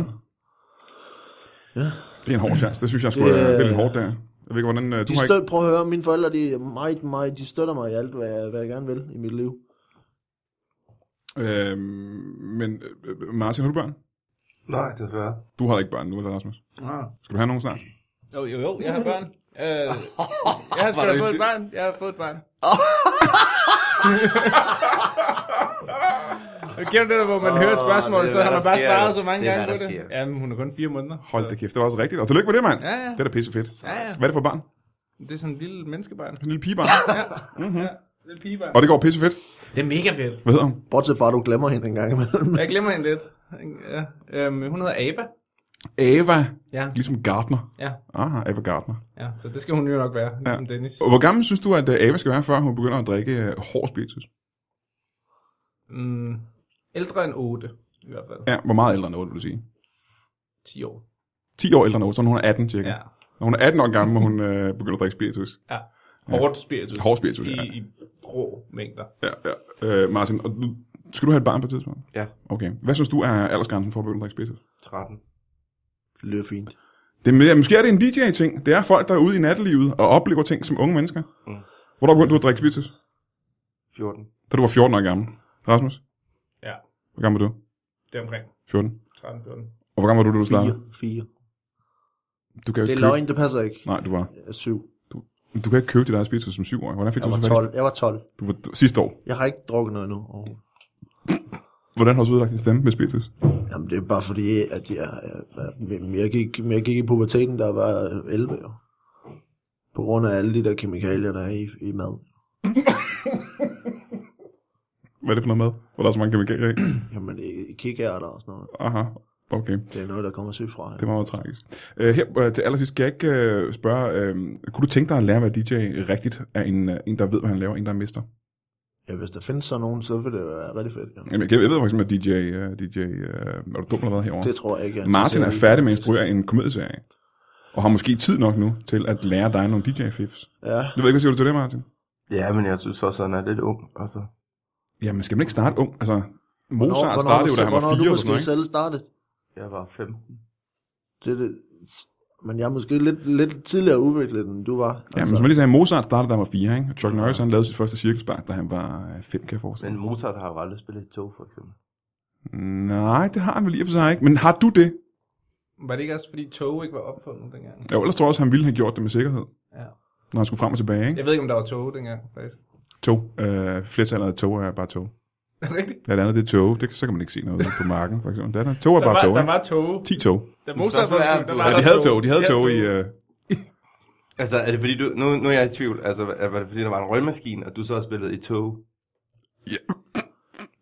S3: Ja.
S1: Det er en hård chance. Det synes jeg sgu
S3: Det
S1: det,
S3: er-
S1: det er lidt hårdt der. Jeg ved ikke, hvordan... øh, Du
S3: De
S1: har
S3: støt,
S1: ikke...
S3: ikke... Prøv at høre, mine forældre, de, er meget, meget, de støtter mig i alt, hvad jeg, hvad jeg gerne vil i mit liv.
S1: Øhm, men øh, Martin, har du børn?
S4: Nej, desværre.
S1: Du har ikke børn nu, eller Rasmus?
S2: Ah.
S1: Skal du have nogen snart?
S2: Jo, jo, jo, jeg har børn. Øh, jeg har sgu da fået et barn. Jeg har fået et barn. Og gennem det der, hvor man
S4: Åh,
S2: oh, hører et spørgsmål,
S4: det er,
S2: så
S4: hvad
S2: har man
S4: der
S2: bare
S4: sker,
S2: svaret
S4: jo.
S2: så mange
S4: Det er,
S2: gange
S4: hvad
S2: på
S4: der
S2: det.
S4: sker.
S2: Jamen, hun er kun fire måneder.
S1: Hold da kæft, det var også rigtigt. Og tillykke med det, mand.
S2: Ja, ja.
S1: Det er da pissefedt.
S2: Ja, ja.
S1: Hvad er det for et barn?
S2: Det er sådan en lille menneskebarn.
S1: En lille pigebarn. Mhm.
S2: Ja, det er et pigebarn.
S1: Og det går pissefedt.
S2: Det er mega fedt.
S1: Hvad hedder hun?
S3: Bortset fra, at du glemmer hende en gang imellem.
S2: Jeg glemmer hende lidt. Ja. Øhm, hun hedder Ava.
S1: Ava.
S2: Ja.
S1: Ligesom Gardner.
S2: Ja.
S1: Aha, Ava Gardner.
S2: ja, så det skal hun jo nok være, ligesom Dennis.
S1: Og Hvor gammel synes du, at øh, Ava skal være, før hun begynder at drikke øh, hård spiritus?
S2: Mm, ældre end 8, i hvert fald.
S1: Ja, hvor meget ældre end 8, vil du sige?
S2: 10 år.
S1: 10 år ældre end 8, så er hun 18 cirka.
S2: Ja.
S1: Når hun er 18 år gammel, må hun øh, begynde at drikke spiritus.
S2: ja. Hårdt spiritus.
S1: Hård spiritus,
S2: I,
S1: ja.
S2: I rå mængder.
S1: ja, ja. Øh, Martin, og du, skal du have et barn på et tidspunkt?
S4: Ja.
S1: Okay. Hvad synes du er aldersgrænsen for at begynde at drikke spiritus?
S4: 13.
S3: Det lyder fint.
S1: Det, er mere- måske er det en DJ-ting. Det er folk, der er ude i nattelivet og oplever ting som unge mennesker. Mm.
S4: Mm.
S1: Hvornår begyndte du at drikke spiritus?
S4: 14.
S1: Da du var 14 år gammel. Rasmus,
S2: Ja,
S1: hvor gammel var du?
S2: det er omkring
S1: 14.
S2: 13-14.
S1: Og hvor gammel var du, da du startede?
S3: 4. 4.
S1: Du kan jo ikke
S3: Det er
S1: købe...
S3: løgn, det passer ikke.
S1: Øh, Nej, du var...
S3: Jeg er 7.
S1: Men Du kan ikke købe dit eget spiritus som syvårig. Hvordan fik
S3: Jeg
S1: du
S3: var
S1: så fat i-
S3: 12. Jeg var 12.
S1: Du var sidste år.
S3: Jeg har ikke drukket noget endnu. overhovedet.
S1: Hvordan har du så udlagt din stemme med spiritus?
S3: Jamen, det er bare fordi, at jeg, jeg, jeg, gik, jeg gik i puberteten, der var 11 år. På grund af alle de der kemikalier, der er i, i mad.
S1: Hvad er det for noget mad? Hvor der er så mange kemikalier i?
S3: Jamen, i kikærter og sådan noget.
S1: Aha, okay.
S3: Det er noget, der kommer søfra.
S1: Det var meget tragisk. Øh, her øh, til allersidst skal jeg ikke øh, spørge, øh, kunne du tænke dig at lære at være DJ rigtigt af en, øh, en der ved, hvad han laver, en der er mester?
S3: Ja, hvis der findes sådan nogen, så vil det være rigtig fedt. Ja.
S1: Jamen, jeg, jeg ved for eksempel, at DJ, øh, DJ øh, er du dum eller hvad herovre?
S3: Det tror jeg altså, ikke. jeg
S1: Martin er
S3: interesseret i.
S1: færdig med at instruere en komedieserie, og har måske tid nok nu til at lære dig nogle DJ-fifs.
S3: Ja.
S1: Jeg ved ikke, hvad siger du til det, Martin?
S4: Ja, men jeg synes også, han er lidt ung. Altså.
S1: Jamen, skal man ikke starte ung? Altså,
S3: Hvornår-
S1: Mozart
S3: hvornår
S1: startede jo,
S3: du-
S1: da han var
S3: hvornår
S1: fire
S3: du
S1: eller sådan
S3: måske
S1: noget, ikke?
S3: selv startet.
S4: Jeg var 15.
S3: Det, er det, men jeg er måske lidt, lidt tidligere udviklet, end du var. Altså,
S1: Ja, men som jeg lige sagde, Mozart startede, da han var fire, ikke? Og Chuck Norris, han lavede sit første cirkusbark, da han var øh, fem, kan jeg forestille
S4: Men
S1: mig.
S4: Mozart har jo aldrig spillet i tog, for eksempel.
S1: Nej, det har han vel lige for sig ikke. Men har du det?
S2: Var det ikke også, fordi tog ikke var opfundet dengang?
S1: Ja, ellers tror jeg også, han ville have gjort det med sikkerhed,
S2: Ja.
S1: når han skulle frem og tilbage, ikke?
S2: Jeg ved ikke, om der var tog dengang, faktisk.
S1: Tog. Øh, flertallet af tog er bare tog.
S2: Rigtigt?
S1: Blandt andet det er tog. Det, kan- så kan man ikke se noget ude på marken, for eksempel. Der er der. Tog er
S2: Der
S1: bare
S2: var,
S1: tog.
S2: der
S1: ikke?
S2: var tog.
S1: 10 tog.
S2: Da
S4: Mozart var ung, der var
S1: Ja, de havde tog. De havde tog i... Øh,
S4: Altså, er det fordi du... Nu, nu er jeg i tvivl. Altså, er- var det fordi, der var en røgmaskine, og du så har spillet i tog?
S1: ja.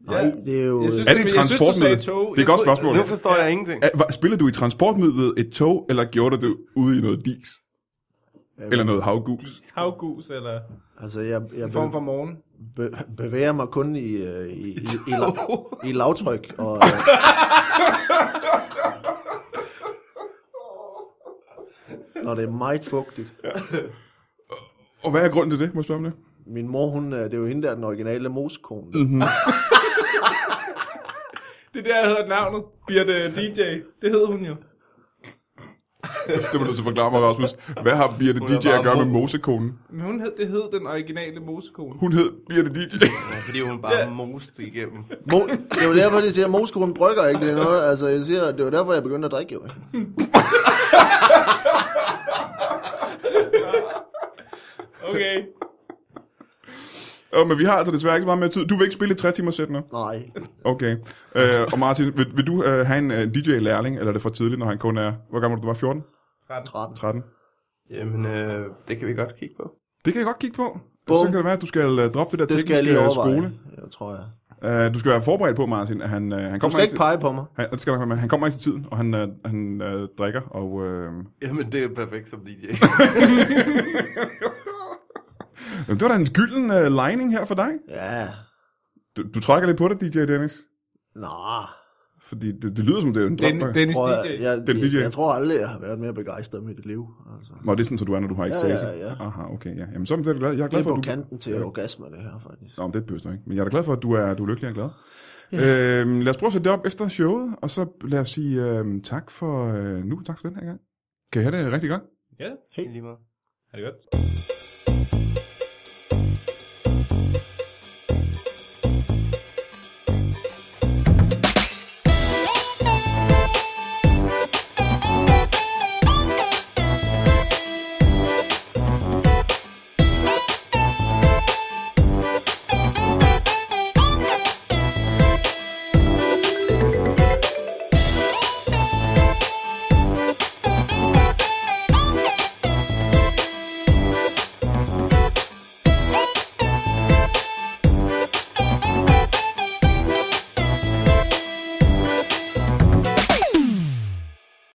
S3: Nej, det er jo...
S2: Jeg synes,
S1: Er det et
S2: jeg synes, du sagde
S1: transportmiddel?
S2: tog.
S1: Det er et godt
S2: Jeg troede-
S1: spørgsmål.
S4: Nu forstår jeg ingenting.
S1: Er- var- Spillede du i transportmidlet et tog, eller gjorde du det ude i noget dis? Eller noget havgul?
S2: Havgus eller
S3: Altså, jeg, jeg
S2: en form for
S3: be,
S2: morgen.
S3: be, bevæger mig kun i, øh, i, i, i, la- i lavtryk. Og, øh, når det er meget fugtigt.
S1: Og hvad er grunden til det, må jeg spørge om det?
S3: Min mor, hun, øh, det er jo hende der, den originale moskone.
S1: Mm.
S2: Det der hedder navnet. Birte DJ. Det hed hun jo.
S1: Det må du så forklare mig, Rasmus. Hvad har Birte
S4: er
S1: DJ at
S4: meget
S1: gøre med
S4: moe.
S1: mosekonen?
S2: Men hun hed, det hed den originale mosekone.
S1: Hun hed Birte DJ.
S4: Ja, fordi hun bare yeah. moste igennem.
S3: Mo, det er jo derfor, de siger, at moskolen brygger ikke. Det er, noget, altså, jeg siger, det er jo derfor, jeg begyndte at drikke. Jo. ikke?
S2: Okay.
S1: Åh, men vi har altså desværre ikke så meget mere tid. Du vil ikke spille et 3 timer sæt nu?
S3: Nej.
S1: Okay. Øh, og Martin, vil, vil du øh, have en øh, DJ-lærling, eller er det for tidligt, når han kun er... Hvor gammel var du? Du var 14?
S3: 13.
S1: 13?
S4: Jamen, øh, det kan vi godt kigge på.
S1: Det kan jeg godt kigge på. Boom.
S3: Bum.
S1: Så kan det være, at du skal øh, droppe det der
S3: Det skal
S1: tekniske
S3: jeg lige
S1: øh,
S3: overveje,
S1: skole.
S3: jeg tror jeg.
S1: Uh, du skal være forberedt på, Martin, at han, uh, han
S3: Du
S1: kommer
S3: skal ikke
S1: til,
S3: pege på mig.
S1: han, det skal nok være, men han kommer ikke til tiden, og han, uh, han uh, drikker, og... Uh,
S4: Jamen, det er perfekt som DJ.
S1: det var da en gylden uh, ligning her for dig.
S3: Ja.
S1: Du, du trækker lidt på det, DJ Dennis.
S3: Nå.
S1: Fordi det, det lyder som, det er en drøm.
S2: Den, Dennis
S3: Prøv, at-
S2: DJ.
S3: jeg, jeg,
S1: Den DJ.
S3: jeg, jeg tror aldrig, jeg har været mere begejstret i mit liv. Altså.
S1: Nå, det er sådan, så du er, når du har
S3: Ja,
S1: ekstase.
S3: ja, ja.
S1: Aha, okay, ja. Jamen, så er jeg glad, jeg er
S3: Det
S1: glad
S3: er
S1: for,
S3: på
S1: at du...
S3: kanten til orgasme, det her, faktisk.
S1: Nå, men det bøster ikke. Men jeg er da glad for, at du er, du er lykkelig og glad. Ja. Øhm, lad os prøve at sætte det op efter showet, og så lad os sige øhm, tak for øh, nu. Tak for den her gang. Kan I have det rigtig godt?
S2: Ja,
S4: Helt lige meget.
S2: er det godt.